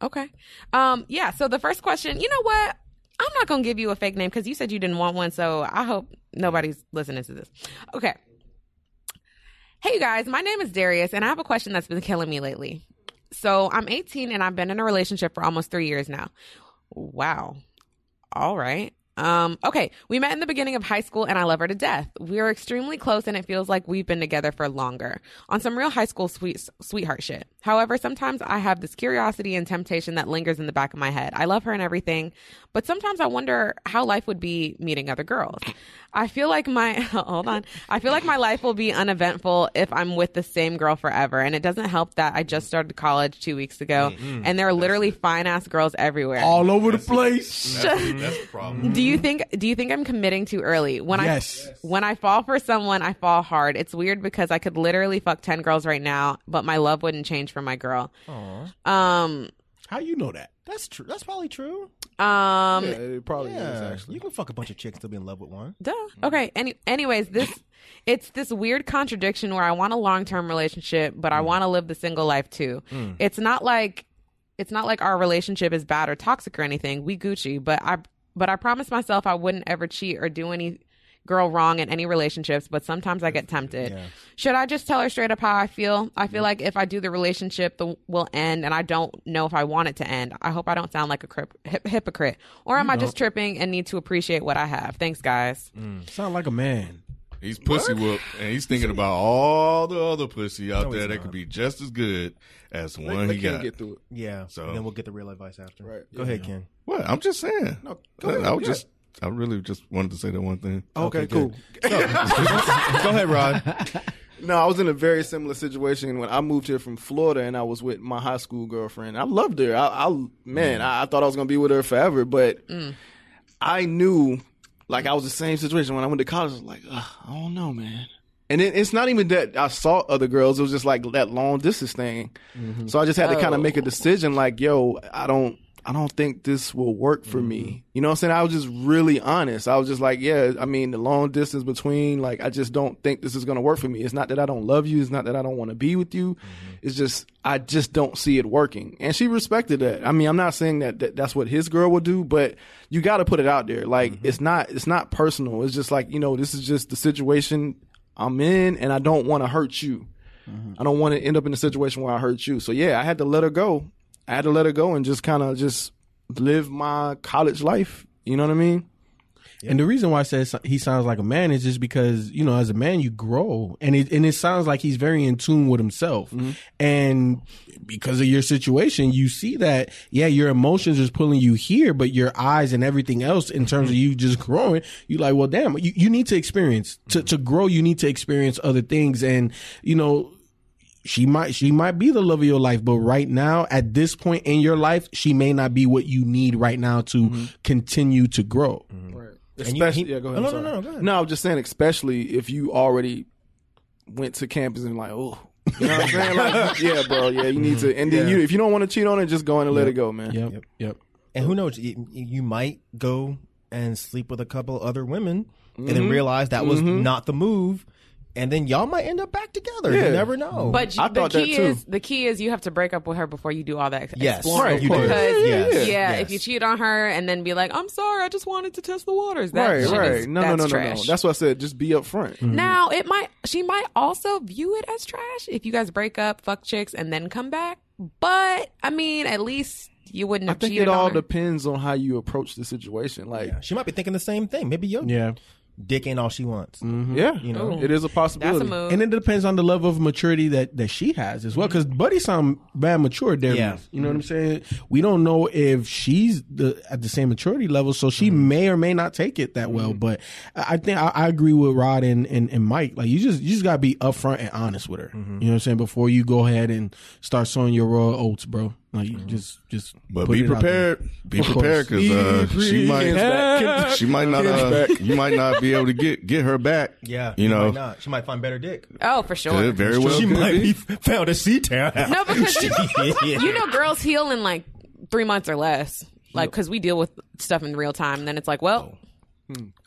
S2: Okay. Um, yeah, so the first question, you know what? I'm not gonna give you a fake name because you said you didn't want one, so I hope nobody's listening to this. Okay. Hey you guys, my name is Darius, and I have a question that's been killing me lately. So I'm 18 and I've been in a relationship for almost three years now. Wow. All right. Um, okay, we met in the beginning of high school and I love her to death. We are extremely close and it feels like we've been together for longer on some real high school sweet, sweetheart shit. However, sometimes I have this curiosity and temptation that lingers in the back of my head. I love her and everything, but sometimes I wonder how life would be meeting other girls. I feel like my, hold on. I feel like my life will be uneventful if I'm with the same girl forever. And it doesn't help that I just started college two weeks ago and there are literally fine ass girls everywhere.
S6: all over the place.
S1: That's the problem.
S2: Do you think do you think I'm committing too early? When
S6: Yes.
S2: I when I fall for someone, I fall hard. It's weird because I could literally fuck 10 girls right now, but my love wouldn't change for my girl. Um
S6: How you know that?
S7: That's true. That's probably true.
S2: um
S4: Yeah, it probably is
S7: Yeah,
S4: actually.
S7: you can fuck a bunch of chicks and still be in love with one.
S2: Duh. Okay. Any, anyways, this it's this weird contradiction where I want a long term relationship, but I want to live the single life too. It's not like it's not like our relationship is bad or toxic or anything. We Gucci, but I but I promised myself I wouldn't ever cheat or do any girl wrong in any relationships. But sometimes I get tempted. Should I just tell her straight up how I feel? I feel like if I do the relationship, the will end, and I don't know if I want it to end. I hope I don't sound like a crip, hip, hypocrite, or am I just tripping and need to appreciate what I have? Thanks, guys.
S6: Sound like a man.
S1: He's pussy whooped, and he's thinking about all the other pussy out there that could be just as good as the one
S4: They
S1: he
S4: can't
S1: got.
S4: get through it.
S7: Yeah.
S1: So-
S7: and then we'll get the real advice after.
S4: Right.
S7: Go ahead, Ken.
S1: What? I'm just saying.
S4: No, go
S1: I,
S4: ahead,
S1: I was
S4: go
S1: just. I really just wanted to say that one thing.
S4: Okay,
S7: good.
S4: cool.
S7: Go ahead, Rod.
S4: No, I was in a very similar situation when I moved here from Florida, and I was with my high school girlfriend. I loved her. I, I man,
S7: Mm.
S4: I, I thought I was gonna be with her forever, but I knew, like, I was the same situation when I went to college. I was like, Ugh, I don't know, man. And it, it's not even that I saw other girls; it was just like that long distance thing.
S7: Mm-hmm.
S4: So I just had to kind of make a decision, like, yo, I don't. I don't think this will work for me. You know what I'm saying? I was just really honest. I was just like, yeah, I mean, the long distance between, like, I just don't think this is going to work for me. It's not that I don't love you. It's not that I don't want to be with you. It's just, I just don't see it working. And she respected that. I mean, I'm not saying that, that that's what his girl will do, but you got to put it out there. Like, it's not, it's not personal. It's just like, you know, this is just the situation I'm in and I don't want to hurt you. I don't want to end up in a situation where I hurt you. So yeah, I had to let her go. I had to let her go and just kind of just live my college life. You know what I mean?
S6: And the reason why I said so- he sounds like a man is just because you know, as a man, you grow, and it and it sounds like he's very in tune with himself. And because of your situation, you see that yeah, your emotions is pulling you here, but your eyes and everything else in terms of you just growing, you like, well, damn, you, you need to experience to to grow. You need to experience other things, and you know, she might she might be the love of your life but right now at this point in your life she may not be what you need right now to continue to grow
S7: you-
S4: Especially,
S7: he-
S4: yeah, go ahead.
S7: Oh,
S4: I'm
S7: no, no,
S4: sorry.
S7: no, go ahead.
S4: No, I'm just saying, especially if you already went to campus and like, oh, you know what I'm saying? Like, yeah, bro, yeah, you need to. And then you, if you don't want to cheat on it, just go in and let it go, man.
S6: yep yep,
S7: And who knows? You, you might go and sleep with a couple other women, and then realize that was not the move, and then y'all might end up back together.
S4: Yeah.
S7: You never know.
S2: But you,
S4: I
S2: the
S4: thought that
S2: key
S4: too.
S2: is the key is you have to break up with her before you do all that ex-
S7: Yes.
S2: exploring.
S7: Right, you do.
S2: because
S7: Yes,
S2: yeah,
S7: yes, yes.
S2: if you cheat on her and then be like, "I'm sorry, I just wanted to test the waters," that
S4: Right,
S2: shit
S4: right.
S2: is-
S4: no, no,
S2: that's
S4: no, no,
S2: trash.
S4: no. That's what I said. Just be upfront.
S6: Mm.
S2: Now it might she might also view it as trash if you guys break up, fuck chicks, and then come back. But I mean, at least you wouldn't
S4: I
S2: have
S4: think
S2: cheated
S4: it all
S2: on her.
S4: depends on how you approach the situation. Like, yeah,
S7: she might be thinking the same thing. Maybe your
S6: yeah
S7: dick ain't all she wants.
S4: you know,
S2: know.
S4: it
S2: Oh, That's
S4: is a
S2: a
S4: possibility.
S2: move.
S6: and it depends on the level of maturity that that she has as well because buddy sound bad mature there
S7: Yeah.
S6: you know what i'm
S4: Mm-hmm.
S6: saying we don't know if she's the at the same maturity level so she
S4: Mm-hmm.
S6: may or may not take it that well but i I think i, I agree with rod and, and and mike like you just you just gotta be upfront and honest with her
S4: Mm-hmm.
S6: you know what i'm saying before you go ahead and start sowing your raw oats bro like
S4: Mm-hmm.
S6: you just just
S1: But
S6: put
S1: be
S6: it out there.
S1: prepared. Be
S6: Of course.
S1: prepared because uh, she
S4: Kim's
S1: might
S4: back. Kim's-
S1: she might not uh,
S4: back.
S1: you might not be able to get get her back.
S7: Yeah,
S1: you know
S7: might not. she might find better dick.
S2: oh, for sure.
S1: Could very well.
S7: she
S1: could
S7: might
S1: be.
S7: be found a sea town.
S2: No, because you, you know, girls heal in like three months or less. Like, because we deal with stuff in real time. And then it's like, well,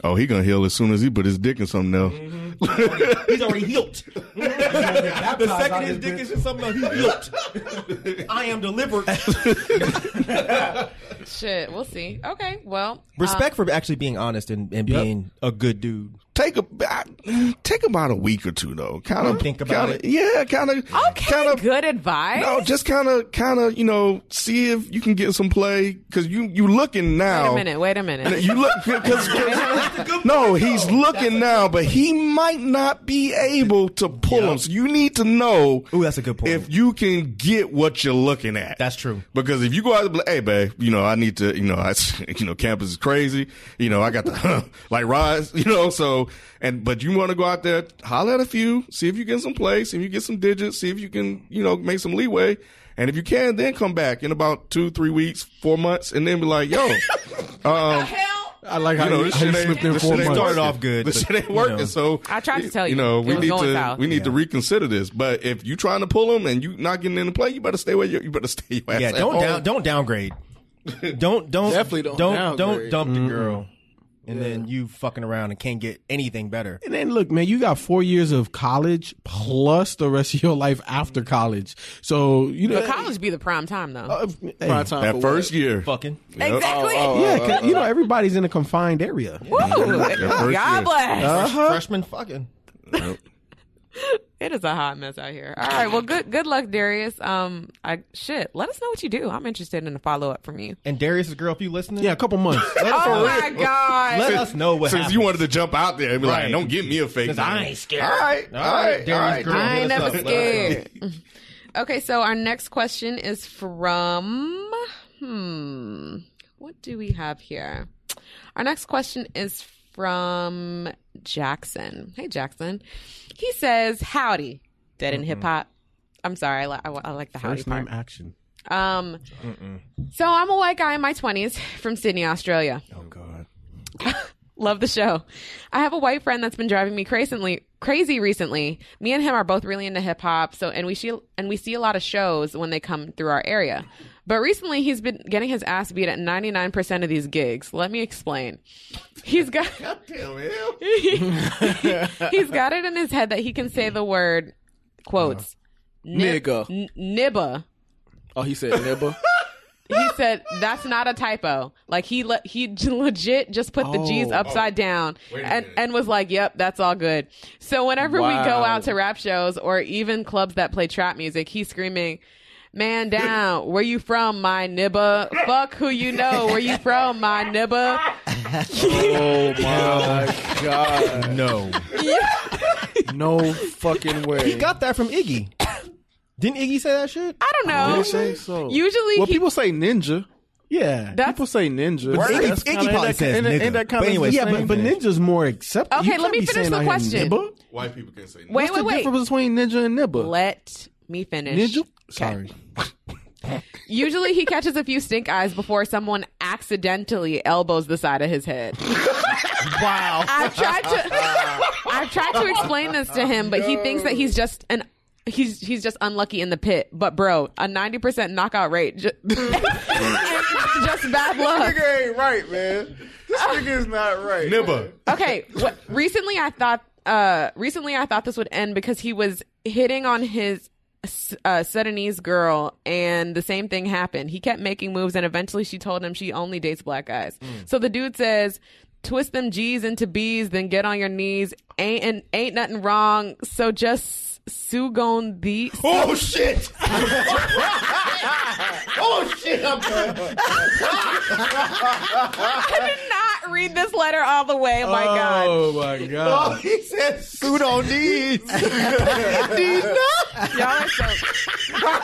S1: Oh, he gonna heal as soon as he put his dick in something else.
S7: He's already healed. the second his dick is in something else, he's healed. I am delivered.
S2: shit, we'll see. Okay, well,
S7: Respect
S2: Um,
S7: for actually being honest and, and being a good dude.
S1: Take a I- take about a week or two though. Kind of
S7: Think about
S1: kinda, Yeah, kind of.
S2: uh, okay, good advice.
S1: No, just kind of, kind of, you know, see if you can get some play because you you looking
S2: wait
S1: now.
S2: a minute, wait a minute.
S1: You look because no, he's looking now, but he might not be able to pull him. So you need to know.
S7: Ooh, that's a good point.
S1: If you can get what you're looking at,
S7: That's true.
S1: Because if you go out, and be like, hey, babe, you know, I need to, you know, I, you know, campus is crazy. You know, I got the like rise, you know. So and but you want to go out there, holler at a few, see if you get some play, see if you get some digits, see if you can, you know, make some leeway. And if you can, then come back in about two, three weeks, four months, and then be like, yo, um,
S6: i like how
S1: you know,
S6: you,
S1: this
S6: how you
S1: shit ain't,
S6: slipped in
S1: this
S6: four
S1: shit ain't
S6: months
S1: working.
S7: off good,
S1: This
S7: but,
S1: shit ain't
S7: you
S1: working.
S7: know.
S1: So
S2: I tried to tell you.
S1: You know,
S2: It
S1: we
S2: was
S1: need
S2: going
S1: to
S2: south.
S1: we need to reconsider this. But if you trying to pull them and you not getting in the play, you better stay where you you better stay your ass.
S7: Yeah,
S1: at
S7: don't
S1: home.
S7: down, don't downgrade. Don't don't
S4: Definitely don't
S7: don't,
S4: downgrade.
S7: don't dump the girl, and then you fucking around and can't get anything better.
S6: And then look, man, you got four years of college plus the rest of your life after college. So you know,
S2: But college be the prime time, though.
S6: hey,
S4: Prime time
S1: That uh,
S4: for
S1: first
S4: what?
S1: year,
S7: Fucking
S2: Oh, exactly.
S6: yeah, 'cause, you know, everybody's in a confined area.
S2: Woo!
S1: That first year.
S2: God bless.
S7: Uh,
S6: Uh-huh.
S7: freshman, fucking.
S2: It is a hot mess out here. All right. Well, good good luck, Darius. Um, I shit. Let us know what you do. I'm interested in a follow up from you.
S7: And Darius's girl, if you listening,
S6: Yeah, a couple months.
S2: Oh my god.
S7: let us know what
S1: Since
S7: happens.
S1: you wanted to jump out there and be like,
S7: Right.
S1: don't give me a fake.
S7: 'Cause
S1: name.
S7: I ain't scared.
S1: All right, all right, all right.
S7: Darius girl,
S2: I
S7: hit
S2: ain't
S7: us
S2: never
S7: up. Let us know.
S2: scared. Okay, so our next question is from hmm. What do we have here? Our next question is from Jackson. Hey Jackson. He says, "Howdy." Dead in hip hop. I'm sorry. I, li- I, I like the howdy
S6: First
S2: part.
S6: name action.
S2: Um, so I'm a white guy in my 20s from Sydney, Australia.
S7: Oh god.
S2: Love the show. I have a white friend that's been driving me crazily crazy recently. Me and him are both really into hip hop, so and we see and we see a lot of shows when they come through our area. But recently he's been getting his ass beat at 99% of these gigs. Let me explain. He's got He's got it in his head that he can say the word quotes nib-
S4: Nigga.
S2: n- nibba
S4: Oh, he said nibba.
S2: he said that's not a typo. Like he le- he j- legit just put the G's upside down and and was like, "Yep, that's all good." So whenever we go
S4: Wow.
S2: out to rap shows or even clubs that play trap music, he's screaming, "Man down, where you from, my nibba? Fuck who you know, where you from, my nibba?
S4: Oh my god!
S7: No.
S4: No fucking way.
S7: he got that from Iggy. Didn't Iggy say that shit?
S2: I don't know.
S4: I think so.
S2: Oh, Usually
S4: well,
S2: he-
S4: people say ninja.
S7: Yeah.
S2: That's-
S4: people say ninja.
S7: Iggy-
S4: That's
S7: Iggy
S4: kinda- ain't
S7: probably
S4: that-
S7: says
S4: ain't that-
S7: nigga.
S4: ain't that kinda
S7: But anyway,
S4: the
S6: Yeah,
S4: same
S6: but, but
S4: thing?
S6: ninja's more acceptable.
S2: Okay, let me finish the question.
S6: Nibba.
S1: White people can't say
S2: Wait,
S1: no.
S4: What's
S2: wait,
S4: the
S2: wait.
S4: difference between ninja and nibba?
S2: Let me finish.
S4: Ninja?
S2: Okay.
S6: Sorry.
S2: Usually he catches a few stink eyes before someone accidentally elbows the side of his head.
S7: Wow.
S2: I've tried to I've tried to explain this to him, but he thinks that he's just an he's he's just unlucky in the pit. But bro, a 90% knockout rate ju- just bad luck.
S4: nigga ain't right, man. This nigga is not right.
S1: Nibba.
S2: Okay, what, recently I thought uh recently I thought this would end because he was hitting on his uh, Sudanese girl, and the same thing happened. He kept making moves, and eventually she told him she only dates black guys. So the dude says, "Twist them G's into B's, then get on your knees. Ain't and ain't nothing wrong. So just sugon the."
S7: Oh shit! oh shit! I'm done.
S2: I did not read this letter all the way. Oh my god!
S6: Oh my god.
S7: He said suit on knees. Knees not.
S2: Y'all are so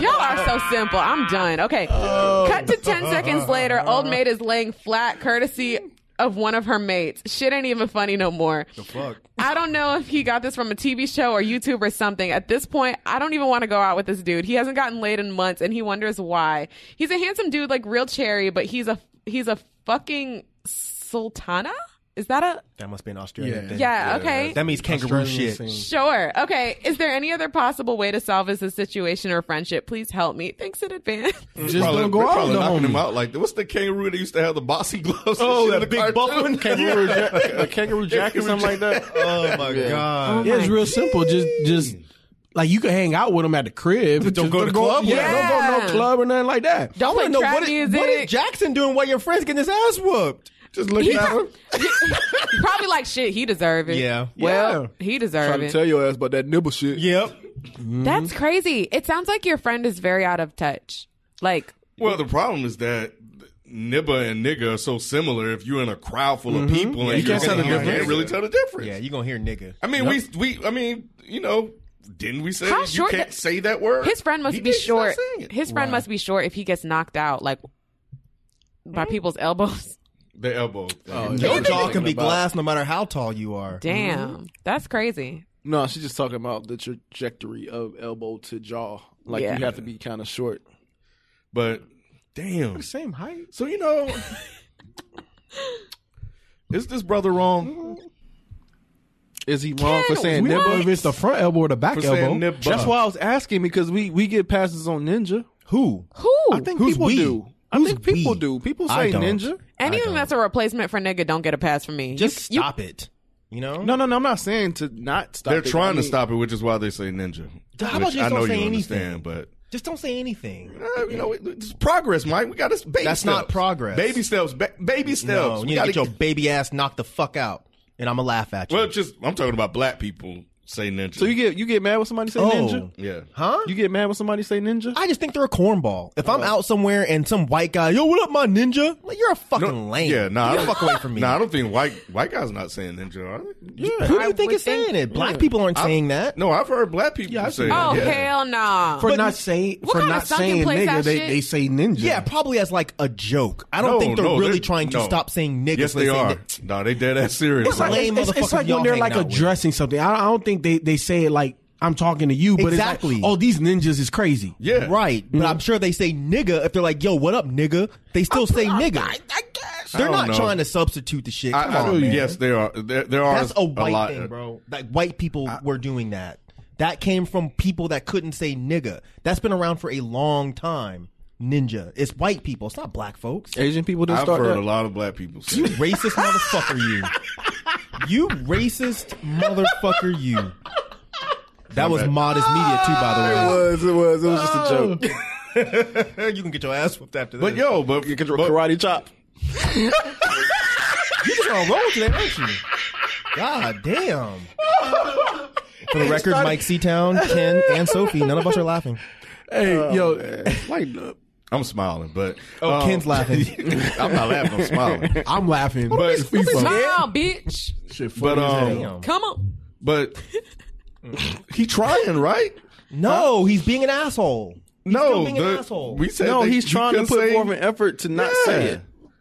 S2: Y'all are so simple. I'm done. Okay. Cut to 10 seconds later, old maid is laying flat courtesy of one of her mates. Shit ain't even funny no more. The fuck? I don't know if he got this from a TV show or YouTube or something. At this point, I don't even want to go out with this dude. He hasn't gotten laid in months and he wonders why. He's a handsome dude like real cherry, but he's a he's a fucking sultana? Is that a
S7: That must be an Australian
S6: Yeah.
S7: thing.
S2: Yeah, okay.
S7: That means kangaroo
S6: Australian
S7: shit.
S6: scene.
S2: Sure. Okay. Is there any other possible way to solve this situation or friendship? Please help me. Thanks in advance.
S6: Just don't go out
S1: probably
S6: with the
S1: knocking
S6: homie.
S1: him out like that. What's the kangaroo that used to have the bossy gloves? and shit
S7: Oh, that
S1: in the
S7: big
S1: cartoon?
S7: buff one?
S4: Kangaroo Jack, a kangaroo jack or something like that.
S7: Oh my god.
S6: Yeah, it's real simple. Just, just like you can hang out with him at the crib. Just
S7: go to club with
S6: Yeah,
S2: him.
S6: don't go to no club or nothing like that.
S2: Don't play
S7: know
S2: trap
S7: what is,
S2: music.
S7: what is Jackson doing while your friend's getting his ass whooped?
S1: Just looking at him.
S2: Probably like shit. He deserved it.
S7: Yeah.
S2: Well,
S6: Yeah.
S2: he
S4: Trying
S2: deserved
S4: to
S2: it.
S4: tell your ass about that nibble shit.
S7: Yep.
S2: That's crazy. It sounds like your friend is very out of touch. Like,
S1: Well, the problem is that nibba and nigga are so similar. If you're in a crowd full of people, and
S7: Mm-hmm. you
S1: you're
S7: can't tell
S1: gonna-
S7: the
S1: you
S7: difference.
S1: can't really tell the difference.
S7: Yeah, you gonna hear nigga.
S1: I mean, we we I mean, you know, didn't we say
S2: How
S1: you
S2: short
S1: can't
S2: the-
S1: say that word?
S2: his friend must
S1: He
S2: be
S1: did, he's not
S2: short.
S1: saying it.
S2: His friend must be short if he gets knocked out, like by people's elbows.
S1: the elbow. Oh,
S7: Your jaw can be
S4: about-
S7: glass no matter how tall you are.
S2: Damn. That's crazy.
S4: No, she's just talking about the trajectory of elbow to jaw. Like
S2: Yeah.
S4: you have to be kind of short.
S1: But damn.
S6: Same height.
S1: So you know, is this brother wrong
S4: Is he wrong for
S2: Ken,
S4: saying
S6: We don't know
S4: nibble?
S6: if it's the front elbow or the back
S1: for
S6: elbow.
S1: saying nibba?
S4: That's why I was asking because we we get passes on ninja.
S7: Who?
S2: Who?
S4: I think
S7: Who's
S4: people
S7: we?
S4: do. I
S7: Who's
S4: think people
S7: we?
S4: do. People
S7: I
S4: say
S7: don't.
S4: ninja.
S2: Anyone that's a replacement for nigga don't get a pass from me. You-
S7: Just
S2: you,
S7: stop it. You know?
S4: No, no, no. I'm not saying to not stop.
S1: They're
S4: it.
S1: trying
S4: I
S1: to
S4: mean,
S1: stop it, which is why they say ninja.
S7: How
S1: Which
S7: about you just
S1: I know
S7: don't say
S1: you
S7: anything?
S1: understand, but
S7: Just don't say anything.
S1: Uh, you know, it- it's progress, Mike. We got this baby
S7: That's
S1: steps.
S7: not progress.
S1: Baby steps. Ba- baby steps. We
S7: No, you need to
S1: gotta
S7: get your
S1: get-
S7: baby ass knocked the fuck out, and I'm gonna laugh at you.
S1: well, just I'm talking about black people say ninja.
S4: So you get you get mad when somebody say
S7: Oh.
S4: ninja.
S1: yeah.
S7: huh?
S4: You get mad when somebody say ninja.
S7: I just think they're a cornball. If I'm out somewhere and some white guy, yo, what up, my ninja? Like you're a fucking lame.
S1: Yeah, nah, I
S7: Get the
S1: don't-
S7: fuck away from me.
S1: Nah, I don't think white white guys not saying ninja. Are they?
S7: Who do
S2: I
S7: you think
S2: would
S7: is saying
S2: think-
S7: it? Black people aren't saying that.
S1: No, I've heard black people say
S2: Oh,
S1: that. Yeah.
S2: hell nah.
S6: For not saying
S2: What
S6: for
S2: kind of
S6: not
S2: sunken
S6: saying
S2: place
S6: nigga,
S2: that
S6: they,
S2: shit?
S6: they say ninja.
S7: Yeah, probably as like a joke. I don't
S1: No,
S7: think they're
S1: no,
S7: really
S1: they're-
S7: trying to
S1: no.
S7: stop saying niggas.
S1: Yes, they
S7: saying
S1: are.
S7: that-
S1: No, they dead ass serious.
S7: It's like-
S1: bro.
S7: lame
S6: it's, it's, it's
S7: motherfuckers
S6: like
S7: y'all
S6: when they're
S7: hang
S6: like
S7: out with.
S6: addressing something. I, I don't think they, they say it like I'm talking to you, but
S7: Exactly.
S6: it's like, oh, these ninjas is crazy.
S1: yeah,
S7: Right, but I'm sure they say nigga if they're like, "Yo, what up, nigga?" They still say nigga. They're
S1: I don't
S7: not
S1: know.
S7: trying to substitute the shit.
S1: I,
S7: Come
S1: I-
S7: on, man.
S1: yes, they are. There, there are
S7: That's a uh, white
S1: lot-
S7: thing, bro. Like white people were doing that. That came from people that couldn't say nigga. That's been around for a long time. Ninja. It's white people. It's not black folks.
S4: Asian people didn't
S1: I've
S4: start
S1: heard
S4: that.
S1: a lot of black people say
S7: You
S1: that.
S7: racist motherfucker, you. You racist motherfucker, you. That was
S1: bad.
S7: modest media too, by
S4: It was. It was. It was just a joke.
S7: the way. you can get your ass whooped after
S1: But yo, but,
S4: You get your
S1: but
S4: karate chop.
S7: you just on roll today, aren't you? God damn. For the record, Mike Seatown, Ken, and Sophie, none of us are laughing.
S6: Hey, yo,
S4: Oh, Lighten up.
S1: I'm smiling, but
S7: Oh,
S1: um,
S7: Ken's laughing.
S1: I'm not laughing. I'm smiling.
S6: I'm laughing.
S1: But
S2: Smile, bitch.
S1: but um,
S7: Damn.
S2: Come on.
S1: but he trying right?
S7: No, he's being an asshole. He's
S1: no,
S7: still being an
S1: the-
S7: asshole.
S1: we said
S4: No,
S1: that
S4: he's
S1: you
S4: trying to
S1: couldn't
S4: put
S1: say-
S4: forth an effort to not say
S1: Yeah.
S4: it.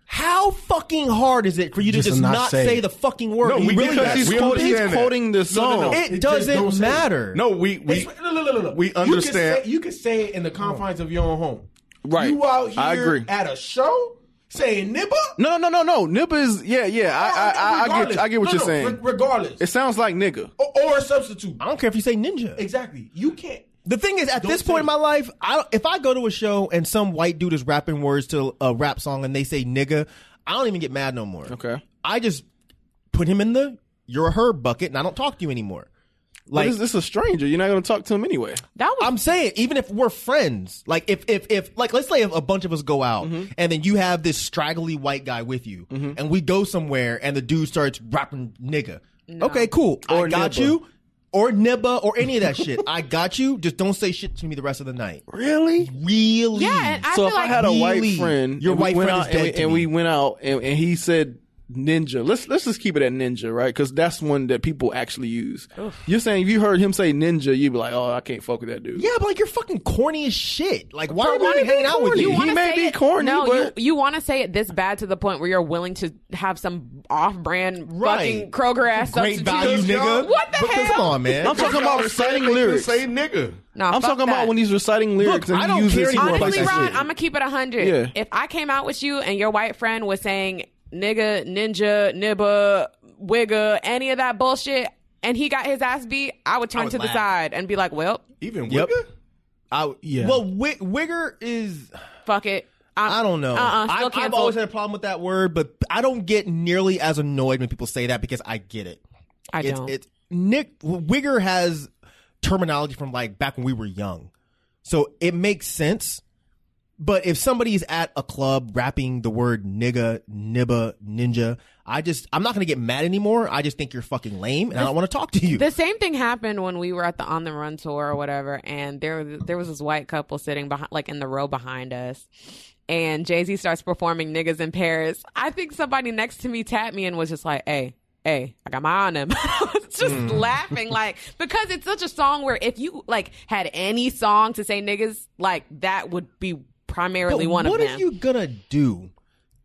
S7: How fucking hard is it for you to
S6: Just
S7: just,
S6: to not
S7: not
S6: say
S7: say,
S6: it.
S7: the fucking word?
S1: No,
S7: You
S1: we get
S7: really
S1: that.
S7: got
S1: He's
S7: stupid?
S1: quoting-
S4: He's
S1: understand that.
S4: quoting the song.
S6: no.
S7: It
S6: It just don't
S7: doesn't
S6: say it.
S7: matter.
S1: No, we we
S6: It's- look, look, look, look.
S1: we understand.
S6: You can, say, you can say it in the confines of your own home.
S4: Right.
S6: You out here
S4: I agree.
S6: at a show saying nibba?
S4: No, no, no, no, no. Nibba is yeah, yeah. I, I, I, I
S6: Regardless.
S4: get, I get what
S6: No,
S4: you're
S6: no,
S4: saying.
S6: re- regardless,
S4: It sounds like nigga.
S6: or, or a substitute.
S7: I don't care if you say ninja.
S6: Exactly. You can't.
S7: The thing is, at
S6: Don't
S7: this
S6: say
S7: point in
S6: it.
S7: my life, I, if I go to a show and some white dude is rapping words to a rap song and they say nigga, I don't even get mad no more.
S4: Okay.
S7: I just put him in the you're a her bucket and I don't talk to you anymore.
S4: Like
S7: Like
S4: this, this a stranger. You're not gonna talk to him anyway.
S2: That was
S7: I'm saying, even if we're friends, like if if if like let's say if a bunch of us go out and then you have this straggly white guy with you and we go somewhere and the dude starts rapping nigga. Okay, cool. I got
S4: nibba.
S7: you. Or nibba or any of that shit. I got you. Just don't say shit to me the rest of the night.
S4: Really?
S7: Really?
S2: Yeah, and I
S4: so
S2: feel
S4: if
S2: like
S4: I had a
S7: really,
S4: white friend,
S7: your
S4: and we
S7: white
S4: went
S7: friend
S4: out
S7: is dead
S4: and, we,
S7: to
S4: and
S7: me.
S4: we went out and, and he said ninja. Let's let's just keep it at ninja, right? Because that's one that people actually use. You're saying if you heard him say ninja, you'd be like, oh, I can't fuck with that dude.
S7: yeah, but like you're fucking corny as shit. Like why are we
S4: why
S7: even
S4: did he
S7: hanging out with
S4: corny?
S7: you?
S4: He
S2: wanna
S4: may
S2: say
S4: be
S2: it-
S4: corny,
S2: No,
S4: but-
S2: you, you want to say it this bad to the point where you're willing to have some off-brand
S7: Right.
S2: fucking Kroger ass
S7: Great
S2: substitute.
S7: value, nigga.
S2: What the
S7: Because-
S2: hell?
S7: Come on, man.
S4: I'm talking about reciting
S1: They couldn't
S4: lyrics.
S1: Say nigga.
S2: Nah,
S4: I'm
S2: fuck
S4: talking
S2: that.
S4: about when he's reciting lyrics and
S7: I
S4: he
S7: don't
S4: uses
S7: care
S4: he
S7: anymore.
S2: Honestly,
S4: replaces
S7: that
S2: Ron,
S4: shit.
S2: I'm gonna keep it hundred.
S4: Yeah.
S2: If I came out with you and your white friend was saying nigga, ninja, nibba, wigga, any of that bullshit, and he got his ass beat, I would turn
S7: would
S2: to the
S7: laugh.
S2: side and be like, "Well,
S1: Even
S7: Yep.
S1: nigga.
S7: I,
S6: Yeah.
S7: Well, wi- wigger is
S2: fuck it." I'm,
S7: I don't know.
S2: Uh-uh, still
S7: I, I've
S2: canceled.
S7: always had a problem with that word, but I don't get nearly as annoyed when people say that because I get it.
S2: I
S7: it's,
S2: don't.
S7: It's Nick Wigger has terminology from like back when we were young, so it makes sense. But if somebody's at a club rapping the word nigga, nibba, ninja, I just I'm not gonna get mad anymore. I just think you're fucking lame, and I don't want to talk to you.
S2: The same thing happened when we were at the On the Run tour or whatever, and there there was this white couple sitting behind, like in the row behind us. And Jay Z starts performing "Niggas in Paris." I think somebody next to me tapped me and was just like, "Hey, hey, I got my eye on him." I was just
S7: Hmm.
S2: laughing, like because it's such a song where if you like had any song to say niggas, like that would be primarily
S7: But
S2: one
S7: what
S2: of
S7: are
S2: them.
S7: you gonna do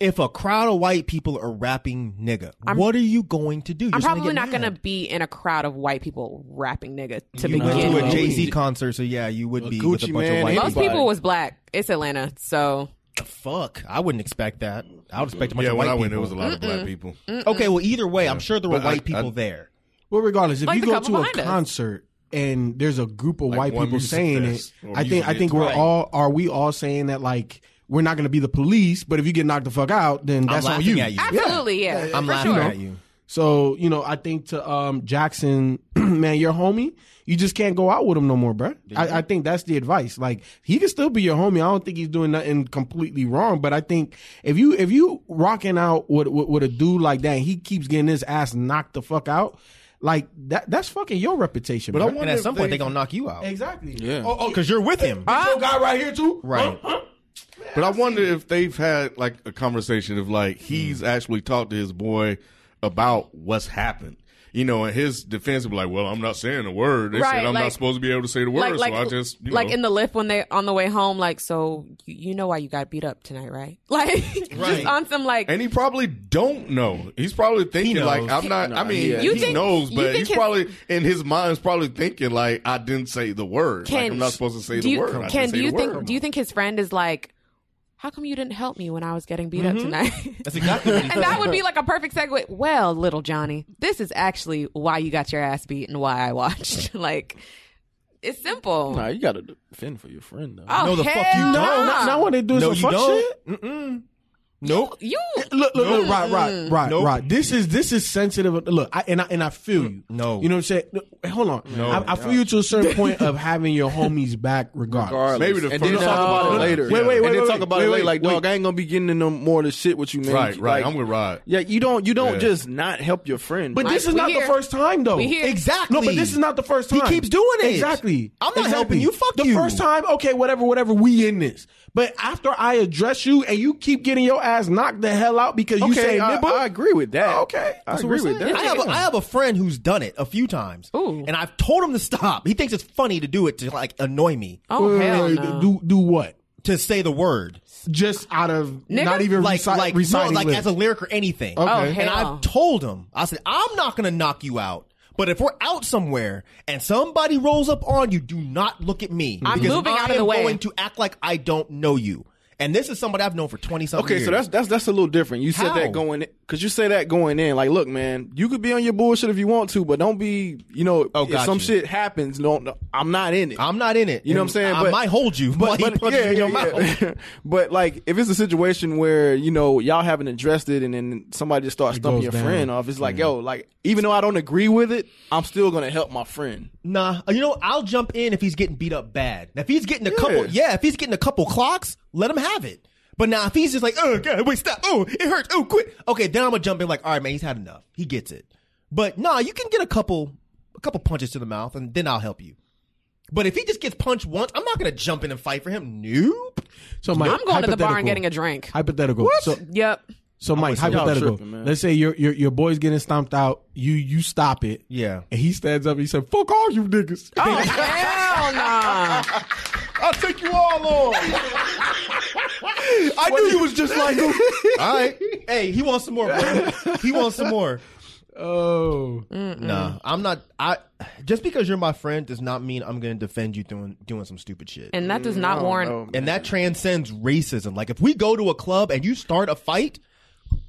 S7: if a crowd of white people are rapping nigga? what are you going to do? You're
S2: I'm
S7: just gonna
S2: probably
S7: get
S2: not
S7: mad.
S2: gonna be in a crowd of white people rapping "nigga" to
S7: You went
S2: begin
S7: to
S2: with.
S7: a Jay Z concert, so yeah, you would be
S4: Gucci
S7: with a bunch
S4: man,
S7: of white
S2: Most
S4: anybody.
S7: people.
S2: people was black. It's Atlanta, so
S7: Fuck, I wouldn't expect that. I would expect a bunch
S1: Yeah,
S7: of
S1: when
S7: white
S1: I went,
S7: people.
S1: it was a lot of black people.
S7: Okay, well, either way, I'm sure there were
S1: But I-
S7: white people
S1: I-
S7: there.
S6: Well, regardless, if
S2: Like
S6: you
S2: the
S6: go
S2: couple
S6: to a
S2: behind us.
S6: concert and there's a group of
S1: Like
S6: white
S1: one
S6: people
S1: music
S6: saying it,
S1: fest or
S6: I think I
S1: music
S6: think we're
S1: event.
S6: all are we all saying that like we're not going to be the police, but if you get knocked the fuck out, then that's on
S7: laughing
S6: you.
S7: at you.
S2: absolutely, yeah.
S7: I'm
S2: for
S7: laughing
S2: sure.
S7: at you.
S6: So you know, I think to um, Jackson, man, your homie, you just can't go out with him no more, bruh. I, I think that's the advice. Like he can still be your homie. I don't think he's doing nothing completely wrong, but I think if you if you rocking out with with, with a dude like that, and he keeps getting his ass knocked the fuck out. Like that that's fucking your reputation.
S1: But I
S6: bruh.
S1: wonder
S7: And at
S1: if
S7: some point, they're gonna knock you out
S6: exactly.
S4: Yeah.
S6: Oh, oh,
S7: because you're with him,
S6: your guy right here too.
S7: right?
S1: But I wonder if they've had like a conversation of like he's
S2: Mm.
S1: actually talked to his boy about what's happened. You know, and his defense would be like, "Well, I'm not saying a word. They
S2: Right,
S1: said I'm
S2: like-
S1: not supposed to be able to say the word,
S2: like, like,
S1: so I just you
S2: like
S1: know.
S2: in the lift when they on the way home, like, so you, you know why you got beat up tonight, right? Like, just on some like,
S1: and he probably don't know. He's probably thinking
S7: knows.
S1: like, "I'm not." I mean,
S2: You
S1: he
S2: think-
S1: knows,
S2: you
S1: but
S2: think
S1: he's
S2: his-
S1: probably in his mind's probably thinking like, "I didn't say the word.
S2: Ken,
S1: like, I'm not supposed to say
S2: do
S1: the
S2: you,
S1: word. I didn't
S2: Ken,
S1: say
S2: do you
S1: the
S2: think
S1: word.
S2: do you think his friend is like, how come you didn't help me when I was getting beat
S1: Mm-hmm.
S2: up tonight?
S7: That's exactly. What he
S2: and that would be like a perfect segue. Well, little Johnny, this is actually why you got your ass beat and why I watched. like, it's simple.
S4: Nah, you gotta defend for your friend though.
S2: oh
S7: No, the fuck you
S2: hell
S7: don't.
S6: No,
S2: nah.
S6: not, not when they do
S7: no,
S6: some
S7: you
S6: fuck
S7: don't.
S6: shit.
S7: Mm-mm. Nope.
S2: You
S6: Look, look, look, right, right, right,
S7: Nope.
S6: right. This is this is sensitive. Look, I, and I and I
S4: Mm.
S6: feel you.
S7: No.
S6: you know what I'm saying. Look, Hold on, I, I feel you to a certain point of having your homies back, regardless.
S4: Regardless.
S1: Maybe the
S4: and
S1: first-
S4: then talk about
S1: No.
S4: it later.
S1: Wait, wait,
S6: wait,
S4: And then
S6: wait,
S4: talk
S6: wait,
S4: about
S6: wait,
S4: it later.
S6: wait,
S4: Like,
S6: wait.
S4: dog, I ain't gonna be getting into no more of this shit with you, man.
S1: Right, right.
S4: Like,
S1: I'm with Rod.
S4: Yeah, you don't. You don't
S1: Yeah.
S4: just not help your friend.
S6: But
S4: Like,
S6: this is
S2: we
S6: not
S2: here.
S6: the first time, though.
S2: We here.
S7: Exactly.
S6: No, but this is not the first
S7: He
S6: time.
S7: keeps doing it.
S6: Exactly.
S7: I'm not
S6: Exactly.
S7: helping you. Fuck
S6: the
S7: you.
S6: first time, okay, whatever, whatever. We in this. But after I address you and you keep getting your ass knocked the hell out because you
S4: okay,
S6: say
S4: I,
S6: nibba,
S4: I agree with that.
S6: Okay.
S4: I
S6: That's what
S4: agree
S6: we're
S4: with
S6: saying.
S4: that.
S7: I have, a, I have a friend who's done it a few times,
S2: Ooh.
S7: and I've told him to stop. He thinks it's funny to do it to like annoy me,
S2: Oh hell
S6: uh,
S2: no.
S6: do do what?
S7: to say the word,
S6: Just out of
S2: Nigga?
S6: not even
S7: like
S6: reci-
S7: like no,
S6: reciting
S7: like
S6: lyrics.
S7: as a lyric or anything.
S6: Okay.
S2: Oh
S7: And
S2: hell.
S7: I've told him, I said, I'm not gonna knock you out. But if we're out somewhere and somebody rolls up on you, do not look at me.
S2: I'm
S7: because
S2: moving
S7: I
S2: out of the
S7: am
S2: way.
S7: going to act like I don't know you. And this is somebody I've known for twenty something
S4: Okay,
S7: years.
S4: so that's that's that's a little different. You said
S7: How?
S4: that going because you say that going in. Like, look, man, you could be on your bullshit if you want to, but don't be. You know,
S7: Oh,
S4: if
S7: got
S4: some
S7: you.
S4: shit happens, don't. I'm not in it.
S7: I'm not in it.
S4: You know what
S7: And
S4: I'm saying?
S7: I
S4: But-
S7: might hold you,
S4: but,
S7: but, he
S4: but
S7: punches
S4: yeah,
S7: you in your
S4: yeah,
S7: mouth.
S4: yeah. but like, if it's a situation where you know y'all haven't addressed it, and then somebody just starts
S6: goes
S4: stumping your
S6: down.
S4: friend off, it's like, yo, like, even though I don't agree with it, I'm still gonna help my friend.
S7: Nah, uh, you know I'll jump in if he's getting beat up bad. Now, if he's getting a couple, yeah, if he's getting a couple clocks, let him have it. But now if he's just like, oh god, wait, stop, oh it hurts, oh quit, okay, then I'm gonna jump in like, all right, man, he's had enough, he gets it. But nah, you can get a couple, a couple punches to the mouth, and then I'll help you. But if he just gets punched once, I'm not gonna jump in and fight for him. Nope.
S6: so Mike,
S2: I'm going to the bar and
S6: hypothetical.
S2: getting a drink.
S6: Hypothetical. So
S2: Yep.
S6: so Mike,
S4: y'all
S6: hypothetical.
S4: tripping, man.
S6: Let's say your your your boy's getting stomped out. You you stop it.
S7: Yeah.
S6: And he stands up. and He said, "Fuck all you niggas."
S2: Oh hell no.
S4: I'll take you all on.
S7: I knew you was just like him. all right, hey, he wants some more. Bro. He wants some more.
S6: oh.
S7: Nah,
S2: Mm.
S7: I'm not. I just because you're my friend does not mean I'm gonna defend you doing doing some stupid shit.
S2: And that does not warrant
S7: and that transcends racism. Like if we go to a club and you start a fight,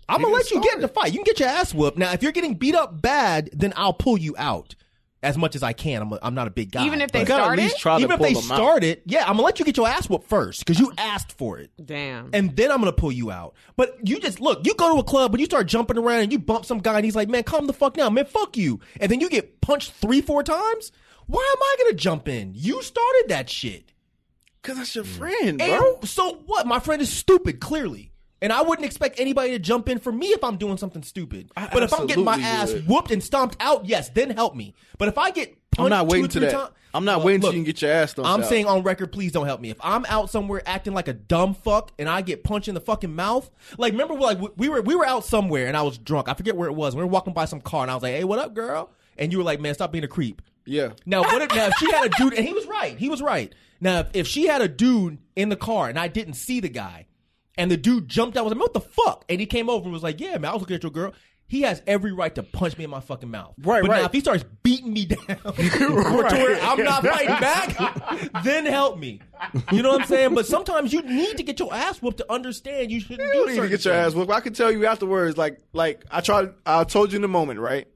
S7: I'm gonna let you get in a fight. You can get your ass whooped. Now, if you're getting beat up bad, then I'll pull you out as much as I can. I'm, a, I'm not a big guy.
S2: even if they
S7: but-
S4: gotta at
S2: started.
S4: least try to
S7: even if they
S4: pull 'em out.
S7: start it, yeah, I'm gonna let you get your ass whooped first because you asked for it.
S2: Damn.
S7: And then I'm gonna pull you out. But you just look, you go to a club and you start jumping around and you bump some guy and he's like, man, calm the fuck down, man, fuck you. And then you get punched three, four times. Why am I gonna jump in? You started that shit.
S4: Cause that's your friend, bro.
S7: And so what? My friend is stupid, clearly. And I wouldn't expect anybody to jump in for me if I'm doing something stupid.
S4: I
S7: but if I'm getting my ass
S4: absolutely would.
S7: whooped and stomped out, yes, then help me. But if I get
S4: I'm
S7: punched
S4: not waiting
S7: two,
S4: to
S7: three
S4: that.
S7: times,
S4: I'm not waiting till you can get your ass stomped
S7: I'm
S4: out.
S7: saying on record, please don't help me. If I'm out somewhere acting like a dumb fuck and I get punched in the fucking mouth, like remember, like we- we were we were out somewhere and I was drunk. I forget where it was. We were walking by some car and I was like, "Hey, what up, girl?" And you were like, "Man, stop being a creep."
S4: Yeah.
S7: Now what if now if she had a dude and he was right. He was right. Now if, if she had a dude in the car and I didn't see the guy and the dude jumped out I was like, "What the fuck?" And he came over and was like, "Yeah, man, I was looking at your girl." He has every right to punch me in my fucking mouth.
S4: Right,
S7: but
S4: right.
S7: now if he starts beating me down, or to where I'm not fighting back, then help me. You know what I'm saying? But sometimes you need to get your ass whooped to understand you shouldn't
S4: You
S7: do
S4: don't need to
S7: certain
S4: get your
S7: things.
S4: ass whooped. I can tell you afterwards. Like, like I tried. I told you in the moment, right?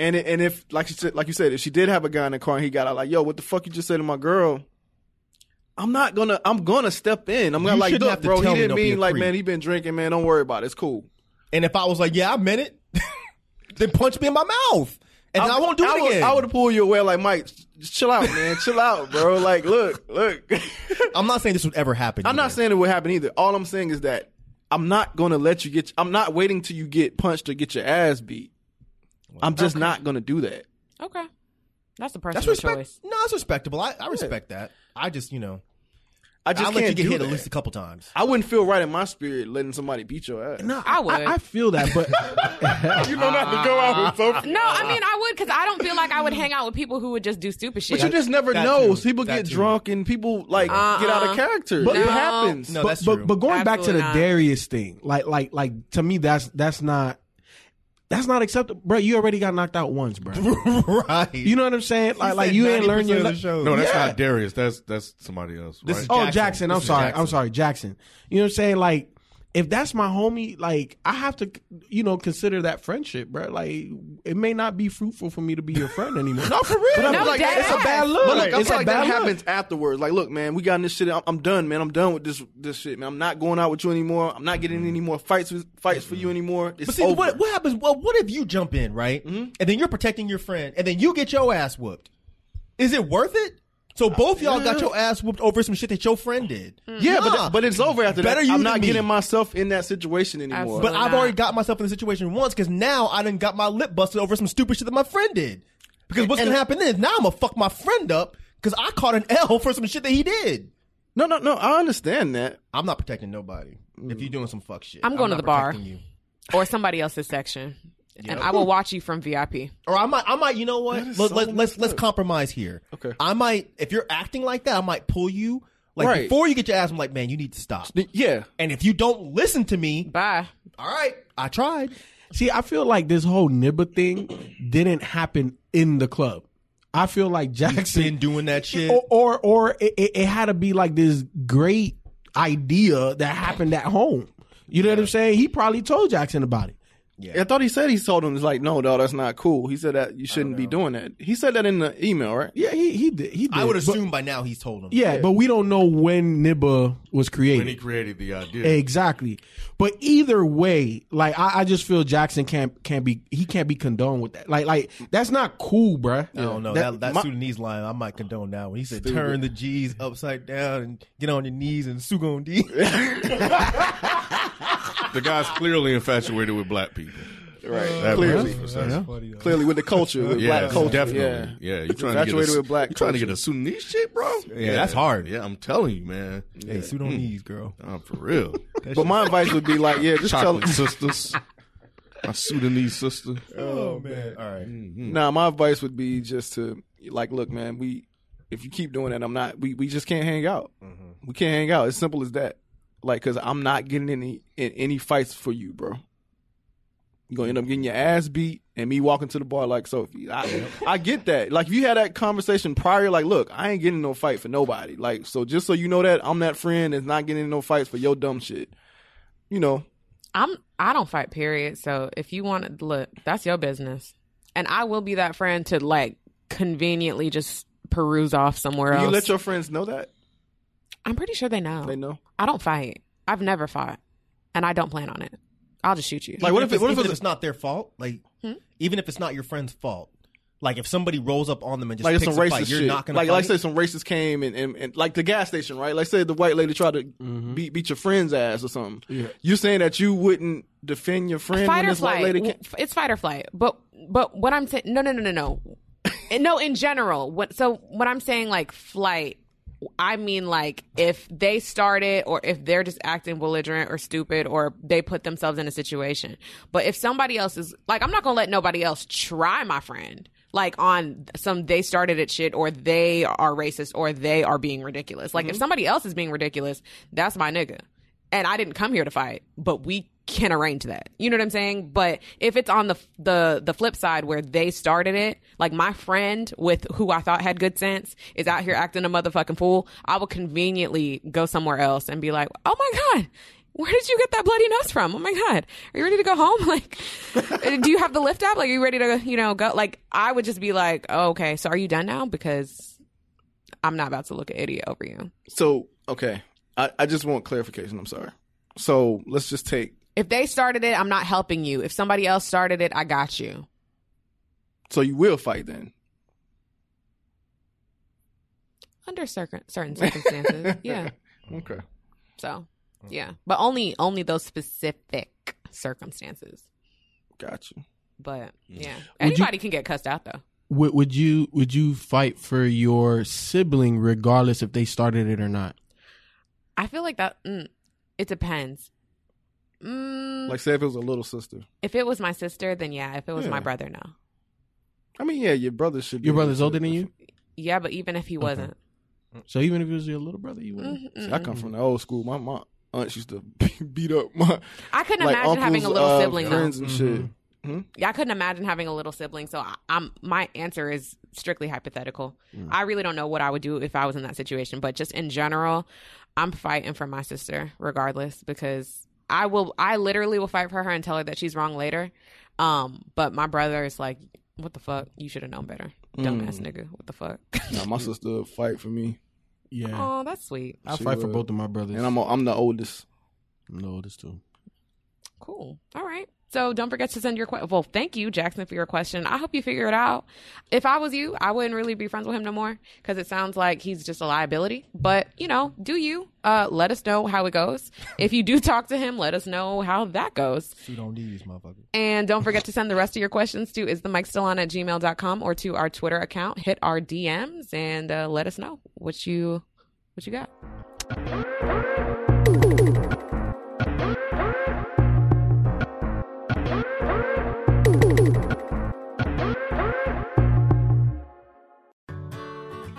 S4: And it, and if like she said, like you said, if she did have a guy in the car and he got out, like, yo, what the fuck you just said to my girl? I'm not gonna. I'm gonna step in. I'm gonna
S7: You
S4: like,
S7: shouldn't
S4: look,
S7: have to
S4: bro. He
S7: tell me
S4: didn't
S7: don't be a
S4: mean like,
S7: creep.
S4: man. He been drinking, man. Don't worry about it. It's cool.
S7: And if I was like, "Yeah, I meant it," then punch me in my mouth, and I, won't do
S4: I
S7: it
S4: would,
S7: again.
S4: I would have pulled you away, like Mike. Just chill out, man. chill out, bro. Like, look, look.
S7: I'm not saying this would ever happen.
S4: I'm not
S7: either.
S4: saying it would happen either. All I'm saying is that I'm not gonna let you get. I'm not waiting till you get punched to get your ass beat. I'm just not gonna do that.
S2: okay. That's a
S7: that's
S2: personal
S7: respect.
S2: choice.
S7: No, it's respectable. I, I respect that. I just you know
S4: I
S7: I
S4: just
S7: will
S4: can't
S7: let you get
S4: do
S7: hit
S4: that.
S7: at least a couple times.
S4: I wouldn't feel right in my spirit letting somebody beat your ass.
S6: No,
S2: I would.
S6: I, I feel that, but
S4: you know not to go out with something.
S2: No, I mean I would because I don't feel like I would hang out with people who would just do stupid shit.
S4: But you just never
S7: That
S4: know.
S7: too.
S4: People
S7: That
S4: get
S7: too.
S4: drunk and people like get out of character. But it
S2: No.
S4: happens.
S7: No,
S6: but,
S7: that's
S6: but,
S7: true.
S6: but going back to the
S2: Absolutely not.
S6: Darius thing, like like like to me, that's that's not that's not acceptable, bro. You already got knocked out once, bro.
S7: right.
S6: You know what I'm saying? Like like you ain't learned your.
S7: the
S6: le-
S7: show.
S1: No, that's not Darius. That's that's somebody else.
S7: This
S1: right?
S7: is-
S6: Oh,
S7: Jackson.
S6: Jackson. I'm
S7: This is
S6: sorry.
S7: Jackson.
S6: I'm sorry, Jackson. You know what I'm saying? Like, if that's my homie, like I have to, you know, consider that friendship, bro. Like, it may not be fruitful for me to be your friend anymore. no, for real. But I
S2: No,
S6: feel like
S2: dead
S6: it's a
S2: ass.
S6: bad look.
S4: But look, I
S6: it's
S4: feel
S6: a
S4: like
S6: bad
S4: that
S6: look.
S4: happens afterwards. Like, look, man, we got in this shit. I'm, I'm done, man. I'm done with this this shit, man. I'm not going out with you anymore. I'm not getting any more fights with, fights for you anymore. It's
S7: But see,
S4: over. Mm-hmm.
S7: what, what happens? Well, what if you jump in, right? And then you're protecting your friend, and then you get your ass whooped? Is it worth it? So both y'all got your ass whooped over some shit that your friend did.
S4: yeah, but
S7: Nah.
S4: but it's over after
S7: Better
S4: that.
S7: you
S4: I'm
S7: than
S4: not
S7: me.
S4: getting myself in that situation anymore.
S7: But
S2: Absolutely.
S7: I've
S2: not.
S7: already got myself in the situation once because now I done got my lip busted over some stupid shit that my friend did. Because what's gonna happen then is now I'm gonna fuck my friend up because I caught an L for some shit that he did.
S4: No, no, no. I understand that.
S7: I'm not protecting nobody. If you're doing some fuck shit,
S2: I'm going to
S7: not
S2: the bar.
S7: protecting you.
S2: or somebody else's section, and I will watch you from VIP.
S7: Or I might, I might. You know what? Let, let, let's let's compromise here.
S4: Okay.
S7: I might. If you're acting like that, I might pull you. Like
S4: Right.
S7: before you get your ass, I'm like, man, you need to stop.
S4: Yeah.
S7: And if you don't listen to me,
S2: Bye.
S7: all right, I tried.
S6: See, I feel like this whole nibba thing didn't happen in the club. I feel like Jackson
S7: Been doing that shit.
S6: or or, or it, it, it had to be like this great idea that happened at home. You know what I'm saying? He probably told Jackson about it.
S4: I thought he said he told him. It's like, no, dog, that's not cool. He said that you shouldn't be doing that. He said that in the email, right?
S6: Yeah, he he did. He did.
S7: I would
S6: But-
S7: assume by now he's told him.
S6: yeah, but we don't know when Nibba was created.
S1: When he created the idea.
S6: Exactly. But either way, like I, I just feel Jackson can't can't be he can't be condoned with that. Like like that's not cool, bruh.
S7: I don't know that, that Sudanese line. I might condone that when he said, "Turn the G's upside down and get on your knees and sug on D."
S1: The guy's clearly infatuated with black people.
S4: Right.
S1: That
S4: Clearly.
S1: makes sense.
S4: Clearly with the culture, with
S1: Yeah,
S4: black culture.
S1: definitely. Yeah, you're trying to get
S4: Infatuated
S1: a,
S4: with black
S1: You trying to get
S4: culture.
S1: a Sudanese shit, bro? Yeah,
S7: that's hard.
S1: Yeah, I'm telling you, man.
S7: hey, sug on knees, girl.
S1: I'm for real.
S4: Yeah. But my advice would be like, yeah, just tell
S1: Chocolate sisters, my Sudanese sister.
S7: Oh man! All right,
S4: Nah, my advice would be just to like, look, man, we if you keep doing that, I'm not. We we just can't hang out. We can't hang out. As simple as that. Like, cause I'm not getting any in any fights for you, bro. You're gonna end up getting your ass beat and me walking to the bar like Sophie. I, I get that. Like, if you had that conversation prior, like, look, I ain't getting in no fight for nobody. Like, so just so you know that I'm that friend that's not getting in no fights for your dumb shit. You know,
S2: I'm I don't fight period. So if you want to look, that's your business. And I will be that friend to like conveniently just peruse off somewhere
S4: you
S2: else.
S4: let your friends know that
S2: I'm pretty sure they know.
S4: they know.
S2: I don't fight. I've never fought. And I don't plan on it. I'll just shoot you.
S4: Like, what if
S7: Even
S4: it, what if
S7: even
S4: it's
S7: it's not their fault? Like, even if it's not your friend's fault, like if somebody rolls up on them and just
S4: like it's
S7: picks
S4: some
S7: a
S4: racist
S7: fight, you're
S4: shit.
S7: not gonna
S4: like,
S7: fight?
S4: like say some racist came and, and, and like the gas station, right? Like say the white lady tried to
S6: Mm-hmm.
S4: beat beat your friend's ass or something. You're saying that you wouldn't defend your friend
S2: fight
S4: when
S2: or
S4: this white
S2: flight.
S4: lady
S2: W-
S4: came.
S2: f- It's fight or flight. But but what I'm saying, no, no, no, no, no, And no. In general, what so what I'm saying, like flight. I mean, like if they start it, or if they're just acting belligerent or stupid, or they put themselves in a situation. But if somebody else is like, I'm not gonna let nobody else try my friend. Like on some they started it shit, or they are racist, or they are being ridiculous. Like if
S4: Mm-hmm.
S2: somebody else is being ridiculous, that's my nigga and I didn't come here to fight, but we can arrange that. You know what I'm saying? But if it's on the the the flip side where they started it, like my friend with who I thought had good sense is out here acting a motherfucking fool, I will conveniently go somewhere else and be like, "Oh my god, where did you get that bloody nose from? Oh my god, are you ready to go home? Like, do you have the lift up? Like, are you ready to you know go? Like, I would just be like, oh, "Okay, so are you done now? Because I'm not about to look an idiot over you."
S4: So okay, I, I just want clarification. I'm sorry. So let's just take.
S2: If they started it, I'm not helping you. If somebody else started it, I got you.
S4: So you will fight then.
S2: Under certain certain circumstances, yeah.
S4: Okay.
S2: So, yeah, but only only those specific circumstances.
S4: Gotcha.
S2: But yeah,
S6: Would you-
S2: anybody can get cussed out though.
S6: Would would you would you fight for your sibling regardless if they started it or not?
S2: I feel like that. Mm, it depends. Mm,
S4: Like say if it was a little sister.
S2: if it was my sister, then yeah. If it was my
S4: Yeah.
S2: brother, no.
S4: I mean, yeah, your brother should. be
S6: Your
S4: able
S6: brother's
S4: to-
S6: older than you,
S2: Yeah, but even if he wasn't,
S6: so even if it was your little brother, you
S2: Mm-hmm.
S6: wouldn't.
S4: See, I come
S6: Mm-hmm.
S4: from the old school. My my aunt used to beat up my.
S2: I couldn't
S4: like
S2: imagine having a
S4: uncles,
S2: little
S4: uh,
S2: sibling though.
S4: friends and shit.
S6: Mm-hmm.
S2: Yeah, I couldn't imagine having a little sibling. So I, I'm my answer is strictly hypothetical. I really don't know what I would do if I was in that situation, but just in general, I'm fighting for my sister regardless because I will. I literally will fight for her and tell her that she's wrong later. Um, but my brother is like, "What the fuck? You should have known better, dumbass nigga. What the fuck?
S4: Nah, my sister would fight for me,
S6: Yeah,
S2: oh, that's sweet.
S6: I
S4: she
S6: fight for
S4: would.
S6: both of my brothers.
S4: and I'm a, I'm the oldest.
S6: I'm the oldest too.
S2: Cool. All right. So don't forget to send your question. Well, thank you, Jackson, for your question. I hope you figure it out. If I was you, I wouldn't really be friends with him no more because it sounds like he's just a liability. But you know, do you? Uh, let us know how it goes. If you do talk to him, let us know how that goes.
S7: sug on knees, motherfucker.
S2: And don't forget to send the rest of your questions to is the mic still on at gmail.com or to our Twitter account. Hit our DMs and uh, let us know what you what you got.